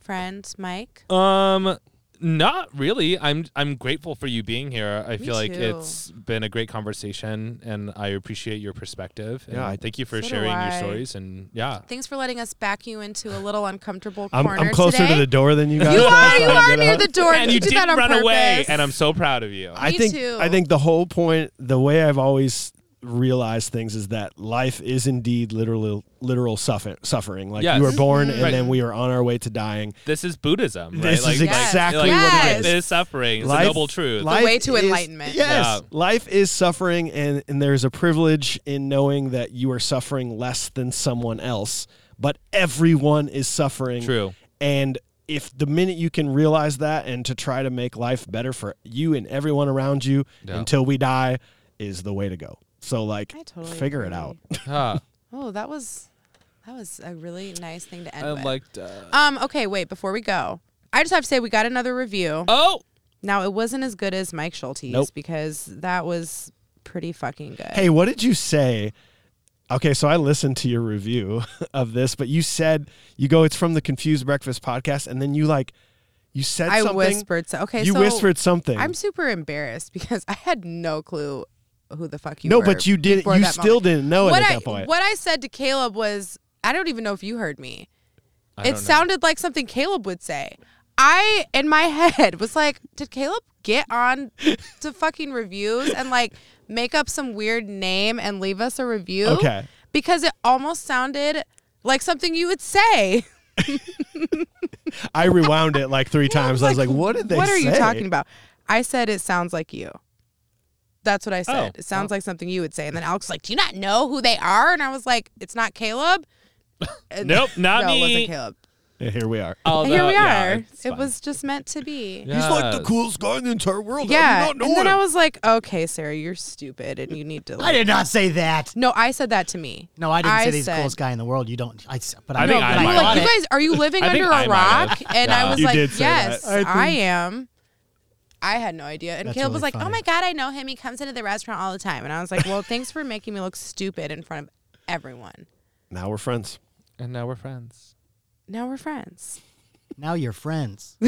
C: friend, Mike?
D: Um, Not really. I'm I'm grateful for you being here. I
C: Me
D: feel like
C: too.
D: it's been a great conversation, and I appreciate your perspective. And
F: Yeah, I-
D: thank you for
C: So do
D: sharing your
C: I.
D: stories. And yeah,
C: Thanks for letting us back you into a little uncomfortable
F: I'm,
C: corner
F: I'm closer
C: today.
F: to the door than you guys.
C: You
F: so
C: are. You
F: I'm
C: are
F: gonna-
C: near the door.
D: and
C: you
D: you
C: did that
D: didn't
C: on
D: run
C: purpose.
D: away, and I'm so proud of you.
F: I
C: Me
F: think
C: too.
F: I think the whole point, the way I've always realized things, is that life is indeed literal literal suffer, suffering. Like
D: Yes.
F: we were born, and
C: Mm-hmm.
D: Right.
F: then we are on our way to dying.
D: this is Buddhism, right?
F: This is exactly
D: like,
C: what it is.
D: This suffering is a
F: Life-
D: noble truth.
F: life
C: way to
F: is-
C: enlightenment.
F: Yes,
D: Yeah.
F: life is suffering, and, and there's a privilege in knowing that you are suffering less than someone else. But everyone is suffering.
D: True.
F: And if the minute you can realize that, and to try to make life better for you and everyone around you
D: Yeah.
F: until we die, is the way to go. So like,
C: I totally
F: figure it
C: agree.
F: out.
D: Ah,
C: Oh, that was that was a really nice thing to end
D: I
C: with.
D: liked. Uh,
C: um. Okay. Wait. Before we go, I just have to say we got another review.
D: oh,
C: Now it wasn't as good as Mike Schulte's
F: Nope.
C: because that was pretty fucking good.
F: Hey, what did you say? Okay, so I listened to your review of this, but you said you go, it's from the Confused Breakfast podcast, and then you like, you said
C: I
F: something.
C: whispered. So, okay.
F: you
C: so
F: whispered something.
C: I'm super embarrassed because I had no clue who the fuck you.
F: no,
C: were
F: but you didn't.
C: before
F: You
C: that
F: still
C: moment.
F: didn't know
C: what
F: it at
C: I,
F: that point.
C: What I said to Caleb was, I don't even know if you heard me.
D: I
C: It
D: don't know.
C: sounded like something Caleb would say. I, in my head, was like, did Caleb get on to fucking reviews and like make up some weird name and leave us a review?
F: Okay.
C: Because it almost sounded like something you would say.
F: I rewound it like three times. I was like, "What did they
C: What are you
F: say?"
C: talking about? I said, it sounds like you. That's what I said.
D: Oh.
C: It sounds like something you would say. And then Alex was like, do you not know who they are? And I was like, it's not Caleb. And-
D: Nope, not
C: no, it
D: me.
C: wasn't Caleb.
F: Yeah, here we are.
D: Although,
C: here we
D: yeah,
C: are.
D: it's
C: It
D: fine.
C: was just meant to be.
D: He's like the Yes.
F: coolest guy in the entire world.
C: Yeah. And then I was like, okay, Sarah, you're stupid and you need to
E: I
C: like
E: did not say that.
C: No, I said that to me.
E: No, I didn't
C: I
E: say that he's the
C: said-
E: coolest guy in the world. You don't. I, s- but
D: I
E: I,
D: think
E: but
D: I
E: I
C: you were
D: might
E: got
C: like,
D: have.
E: it.
C: you guys, are you living
D: I think
C: under
D: I
C: a
D: might have.
C: rock? And I
D: Yeah.
C: was
F: You
C: like,
F: did say
C: yes,
F: that. I think-
C: I am. I had no idea. And
E: That's
C: Caleb
E: really
C: was like, oh
E: funny.
C: my God, I know him. He comes into the restaurant all the time. And I was like, well, thanks for making me look stupid in front of everyone.
F: now we're friends.
D: and now we're friends.
C: Now we're friends.
E: Now you're friends.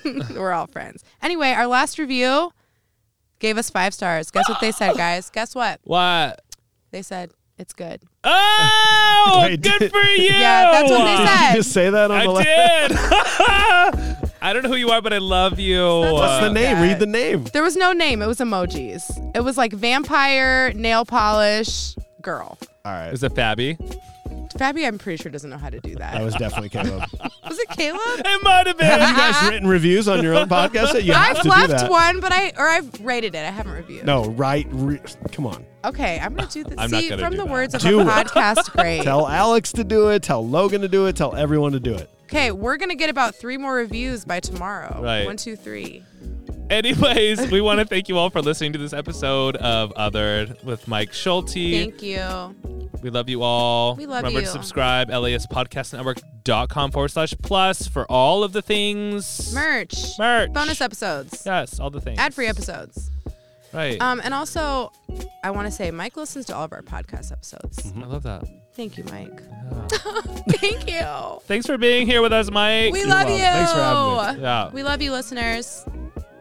C: we're all friends. Anyway, our last review gave us five stars. Guess what they said, guys? Guess what?
D: What?
C: They said, it's good.
D: Oh,
F: Wait,
D: good
F: did- uh,
D: for you.
C: Yeah, that's what they
F: Did
C: said.
F: you just say that on the
D: I
F: left?
D: did. I don't know who you are, but I love you.
F: What's the
C: Uh,
F: name?
C: that-
F: Read the name.
C: There was no name. It was emojis. It was like vampire, nail polish, girl.
F: All right,
D: Is it Fabby?
C: Fabi, I'm pretty sure doesn't know how to do
F: that
C: that.
F: was definitely Caleb.
C: Was it Caleb?
D: It might have
F: have you
D: been.
F: guys written reviews on your own podcast? You have
C: I've
F: to do
C: left
F: that.
C: one, but I or I've rated it. I haven't reviewed.
F: No, right. Re- come on.
C: Okay, I'm gonna do this.
D: I'm not
C: See,
D: gonna
C: from
D: do
C: the
D: that.
C: words of
F: Do
C: a
F: it.
C: podcast, great.
F: Tell Alex to do it. Tell Logan to do it. Tell everyone to do it.
C: Okay, we're gonna get about three more reviews by tomorrow.
D: Right.
C: One, two, three.
D: Anyways, we want to thank you all for listening to this episode of Othered with Mike Schulte.
C: Thank you.
D: We love you all.
C: We love
D: Remember to
C: you.
D: subscribe, laspodcastnetwork.com forward slash plus for all of the things.
C: Merch.
D: Merch.
C: Bonus episodes.
D: Yes, all the things.
C: Ad free episodes.
D: Right.
C: Um, and also, I want to say Mike listens to all of our podcast episodes.
D: Mm-hmm. I love that.
C: Thank you, Mike.
D: Yeah.
C: Thank you.
D: Thanks for being here with us, Mike.
C: We love you.
F: welcome. Thanks for having
D: Yeah.
C: We love you, listeners.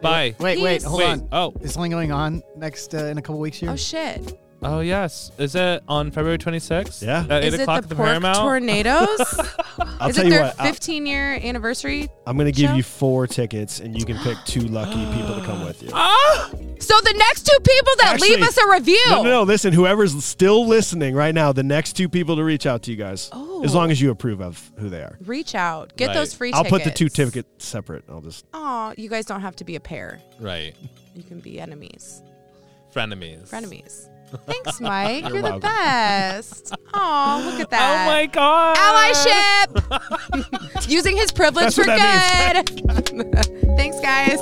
D: Bye.
E: Wait, wait,
C: Peace.
E: hold
D: Wait.
E: on.
D: Oh.
E: Is something going on next uh, in a couple weeks here?
C: Oh shit!
D: Oh yes. Is it on February 26th?
F: Yeah.
D: At 8
C: Is it
D: o'clock
C: the
D: at the
C: pork
D: Paramount.
C: tornadoes?
F: I'll
C: Is
F: tell
C: it
F: you
C: their
F: what. I-
C: 15 year anniversary?
F: I'm going to give
C: show?
F: you four tickets, and you can pick two lucky people to come with you.
D: ah!
C: So the next two people that
F: Actually-
C: leave us a review.
F: No, no, no. Listen, whoever's still listening right now, the next two people to reach out to you guys,
C: Oh.
F: as long as you approve of who they are.
C: Reach out. Get
D: Right.
C: those free
F: I'll
C: tickets.
F: put the two tickets separate. I'll just.
C: Aw, you guys don't have to be a pair.
D: Right.
C: You can be enemies.
D: Frenemies.
C: Frenemies. Thanks, Mike. You're, the
F: welcome.
C: best. Aw, look at
D: Oh
C: that.
D: my god.
C: Allyship. Using his privilege
F: That's
C: for
F: what that
C: good. Thanks, guys.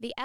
A: The